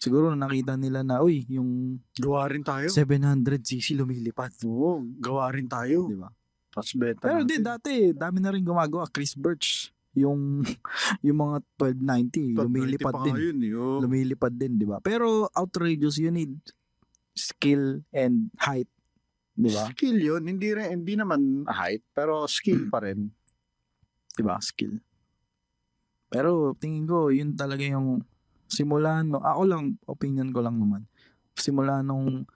Speaker 2: Siguro nakita nila na uy, yung
Speaker 1: gawa rin tayo.
Speaker 2: 700cc lumilipad.
Speaker 1: Oo, gawa rin tayo.
Speaker 2: Di ba?
Speaker 1: Tapos beta
Speaker 2: Pero
Speaker 1: natin.
Speaker 2: din dati, dami na rin gumagawa Chris Birch yung yung mga 1290 lumilipad
Speaker 1: pa
Speaker 2: din.
Speaker 1: nga yun, yun.
Speaker 2: Lumilipad din, 'di ba? Pero outrageous you need skill and height, 'di ba?
Speaker 1: Skill yun. Hindi, rin, hindi naman height, pero skill pa rin.
Speaker 2: Diba? Skill. Pero tingin ko, yun talaga yung simula no, ako lang, opinion ko lang naman, simula nung,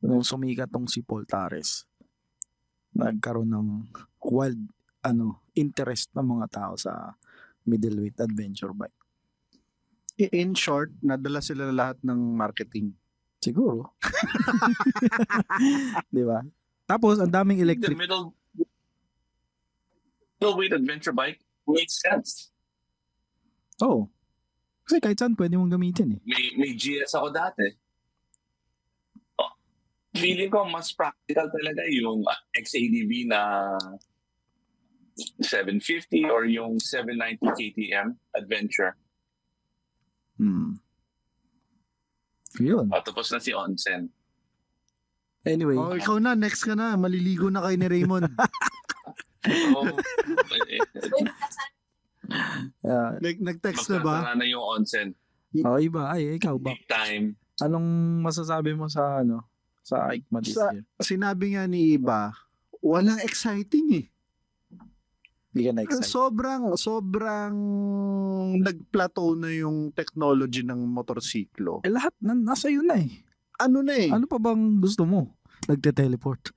Speaker 2: nung sumikat tong si Paul Tares, nagkaroon ng wild, ano, interest ng mga tao sa middleweight adventure bike.
Speaker 1: I- In short, nadala sila lahat ng marketing.
Speaker 2: Siguro. Di ba? Tapos, ang daming
Speaker 4: The
Speaker 2: electric,
Speaker 4: middle middleweight adventure bike makes sense.
Speaker 2: oh, kasi kahit saan pwede mong gamitin eh.
Speaker 4: May, may GS ako dati. Oh, feeling ko mas practical talaga yung ah, XADV na 750 or yung 790 KTM Adventure.
Speaker 2: Hmm. Yun.
Speaker 4: Oh, tapos na si Onsen.
Speaker 2: Anyway.
Speaker 12: Oh, ikaw na, next ka na. Maliligo na kay ni Raymond.
Speaker 4: Oh,
Speaker 2: Yeah.
Speaker 12: Nag- nag-text na ba?
Speaker 4: Magkakasara na yung Onsen.
Speaker 2: Oh, iba. Ay, ikaw ba?
Speaker 4: Big time.
Speaker 2: Anong masasabi mo sa ano? Sa ICMA this
Speaker 1: Sa-
Speaker 2: year?
Speaker 1: Sinabi nga ni Iba, walang exciting eh.
Speaker 2: Hindi ka
Speaker 1: Eh,
Speaker 2: na-excite.
Speaker 1: Sobrang, sobrang nag-plateau na yung technology ng motorsiklo.
Speaker 2: eh, lahat na, nasa yun na eh.
Speaker 1: Ano na eh?
Speaker 2: Ano pa bang gusto mo? Nagte-teleport.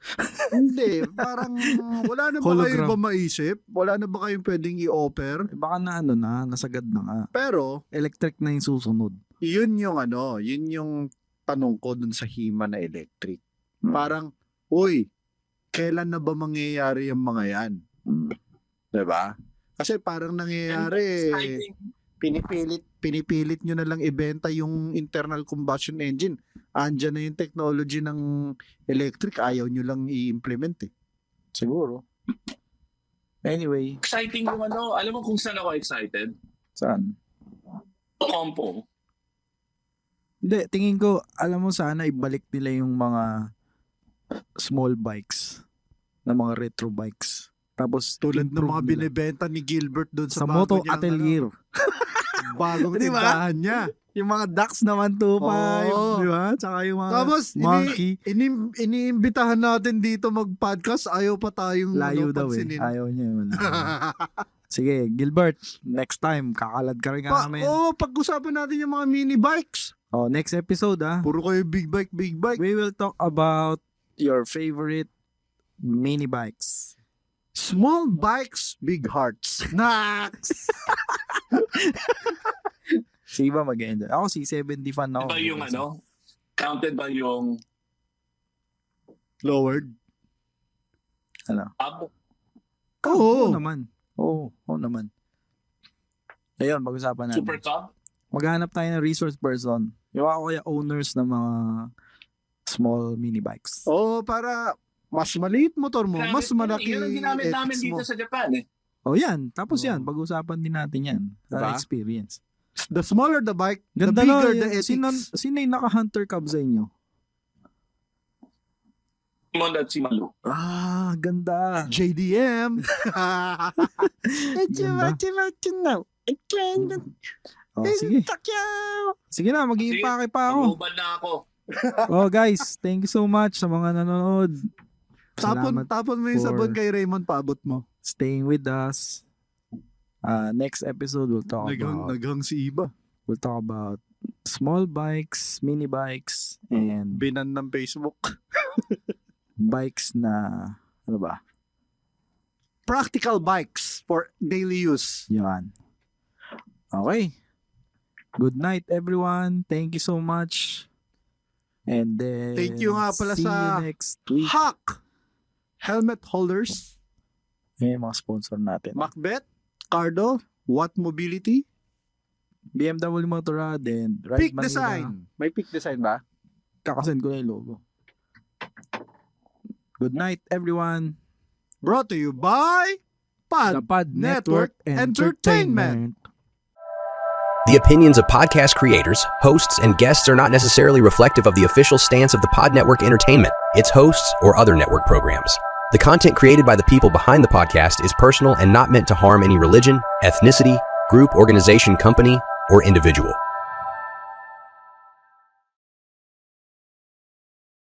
Speaker 1: Hindi, parang wala na ba kayo
Speaker 2: Hologram.
Speaker 1: iba maisip? Wala na ba kayong pwedeng i-offer?
Speaker 2: Eh, baka na ano na, nasagad na nga.
Speaker 1: Pero,
Speaker 2: Electric na yung susunod.
Speaker 1: yun yung ano, yun yung tanong ko dun sa Hima na electric. Parang, uy, kailan na ba mangyayari yung mga yan?
Speaker 2: Mm.
Speaker 1: 'Di ba? Kasi parang
Speaker 4: Ano
Speaker 1: nangyayari, eh,
Speaker 4: Exciting.
Speaker 1: pinipilit, pinipilit nyo na lang ibenta yung internal combustion engine. Andiyan na yung technology ng electric, ayaw nyo lang i-implement eh.
Speaker 2: Siguro. Anyway,
Speaker 4: Exciting yung ano. Alam mo kung saan ako excited?
Speaker 2: saan?
Speaker 4: Compo.
Speaker 2: Hindi, tingin ko, alam mo sana ibalik nila yung mga small bikes na mga retro bikes. Tapos
Speaker 1: Tulad ng
Speaker 2: improve
Speaker 1: mga
Speaker 2: nila.
Speaker 1: binibenta ni Gilbert doon sa,
Speaker 2: sa,
Speaker 1: bago
Speaker 2: Moto
Speaker 1: niyang,
Speaker 2: Atelier.
Speaker 1: ano, bagong
Speaker 2: Di ba?
Speaker 1: tindahan niya.
Speaker 2: Yung mga Dax naman 2.5,
Speaker 1: Oo.
Speaker 2: di ba? Tsaka yung mga
Speaker 1: Tapos, ini,
Speaker 2: Monkey.
Speaker 1: inim, iniimbitahan natin dito mag-podcast. Ayaw pa tayong
Speaker 2: Layo
Speaker 1: ano,
Speaker 2: daw eh.
Speaker 1: pansinin.
Speaker 2: Ayaw niya yun. Sige, Gilbert, next time, kakalad ka rin
Speaker 1: pa,
Speaker 2: namin.
Speaker 1: oh, pag-usapan natin yung mga mini bikes.
Speaker 2: Oh, next episode ah,
Speaker 1: Puro kayo big bike, big bike.
Speaker 2: we will talk about your favorite mini bikes.
Speaker 1: Small bikes, big hearts. Next!
Speaker 2: Si Iba mag-enjoy. Ako si 70 fan ako.
Speaker 1: Oh,
Speaker 4: Iba yung ano? Counted ba yung
Speaker 1: Lowered.
Speaker 2: Ano?
Speaker 4: ab?
Speaker 2: Oo
Speaker 1: Oo.
Speaker 2: naman. Oo, oo naman. Ayun,
Speaker 1: Ano?
Speaker 2: pag-usapan natin.
Speaker 4: Super Cub?
Speaker 2: maghanap tayo ng resource person. Yung ako kaya owners ng mga small mini bikes.
Speaker 1: Oo,
Speaker 2: Oo,
Speaker 1: para mas maliit motor mo, Oh, mas malaki
Speaker 4: Yun ang ginamit namin
Speaker 1: ethics
Speaker 4: dito
Speaker 1: mo.
Speaker 4: sa Japan eh.
Speaker 2: oh, yan. Tapos
Speaker 1: Oo.
Speaker 2: yan, pag-usapan din natin yan. Sa
Speaker 1: Diba?
Speaker 2: experience.
Speaker 1: The smaller the bike, the
Speaker 2: Ganda
Speaker 1: bigger
Speaker 2: no,
Speaker 1: the ethics.
Speaker 2: Sino, sino yung naka-hunter cub sa inyo?
Speaker 4: Simon at si Malu.
Speaker 2: Ah, ganda.
Speaker 1: JDM.
Speaker 2: Oh, sige. Sige na, mag-iipake pa ako.
Speaker 4: Ubad na ako.
Speaker 2: Oh guys, thank you so much sa mga nanonood.
Speaker 1: tapon,
Speaker 2: Salamat
Speaker 1: tapon mo yung
Speaker 2: for
Speaker 1: sabon kay Raymond, paabot mo.
Speaker 2: Staying with us. Uh, next episode we'll talk
Speaker 1: Naghang,
Speaker 2: about
Speaker 1: naghang si Iba.
Speaker 2: we'll talk about small bikes, mini bikes,
Speaker 1: Oh,
Speaker 2: and
Speaker 1: Binan ng Facebook.
Speaker 2: bikes na ano ba?
Speaker 1: Practical bikes for daily use.
Speaker 2: Yan. Okay. Good night everyone. Thank you so much. And then
Speaker 1: Thank you nga pala
Speaker 2: see
Speaker 1: sa-
Speaker 2: you next week.
Speaker 1: Hack! Helmet holders.
Speaker 2: Eh, mga sponsor natin.
Speaker 1: Macbeth. Cardo. What Mobility.
Speaker 2: BMW Motorrad and Ride
Speaker 1: Peak
Speaker 2: Manila.
Speaker 1: Design. May peak design ba?
Speaker 2: Kakasend ko na yung logo. Good night, everyone.
Speaker 1: Brought to you by Pad.
Speaker 2: The Pod
Speaker 1: Network
Speaker 2: Network,
Speaker 1: Entertainment.
Speaker 2: Entertainment.
Speaker 10: The opinions of podcast creators, hosts, and guests are not necessarily reflective of the official stance of the Pod Network Entertainment, its hosts, or other network programs. The content created by the people behind the podcast is personal and not meant to harm any religion, ethnicity, group, organization, company, or individual.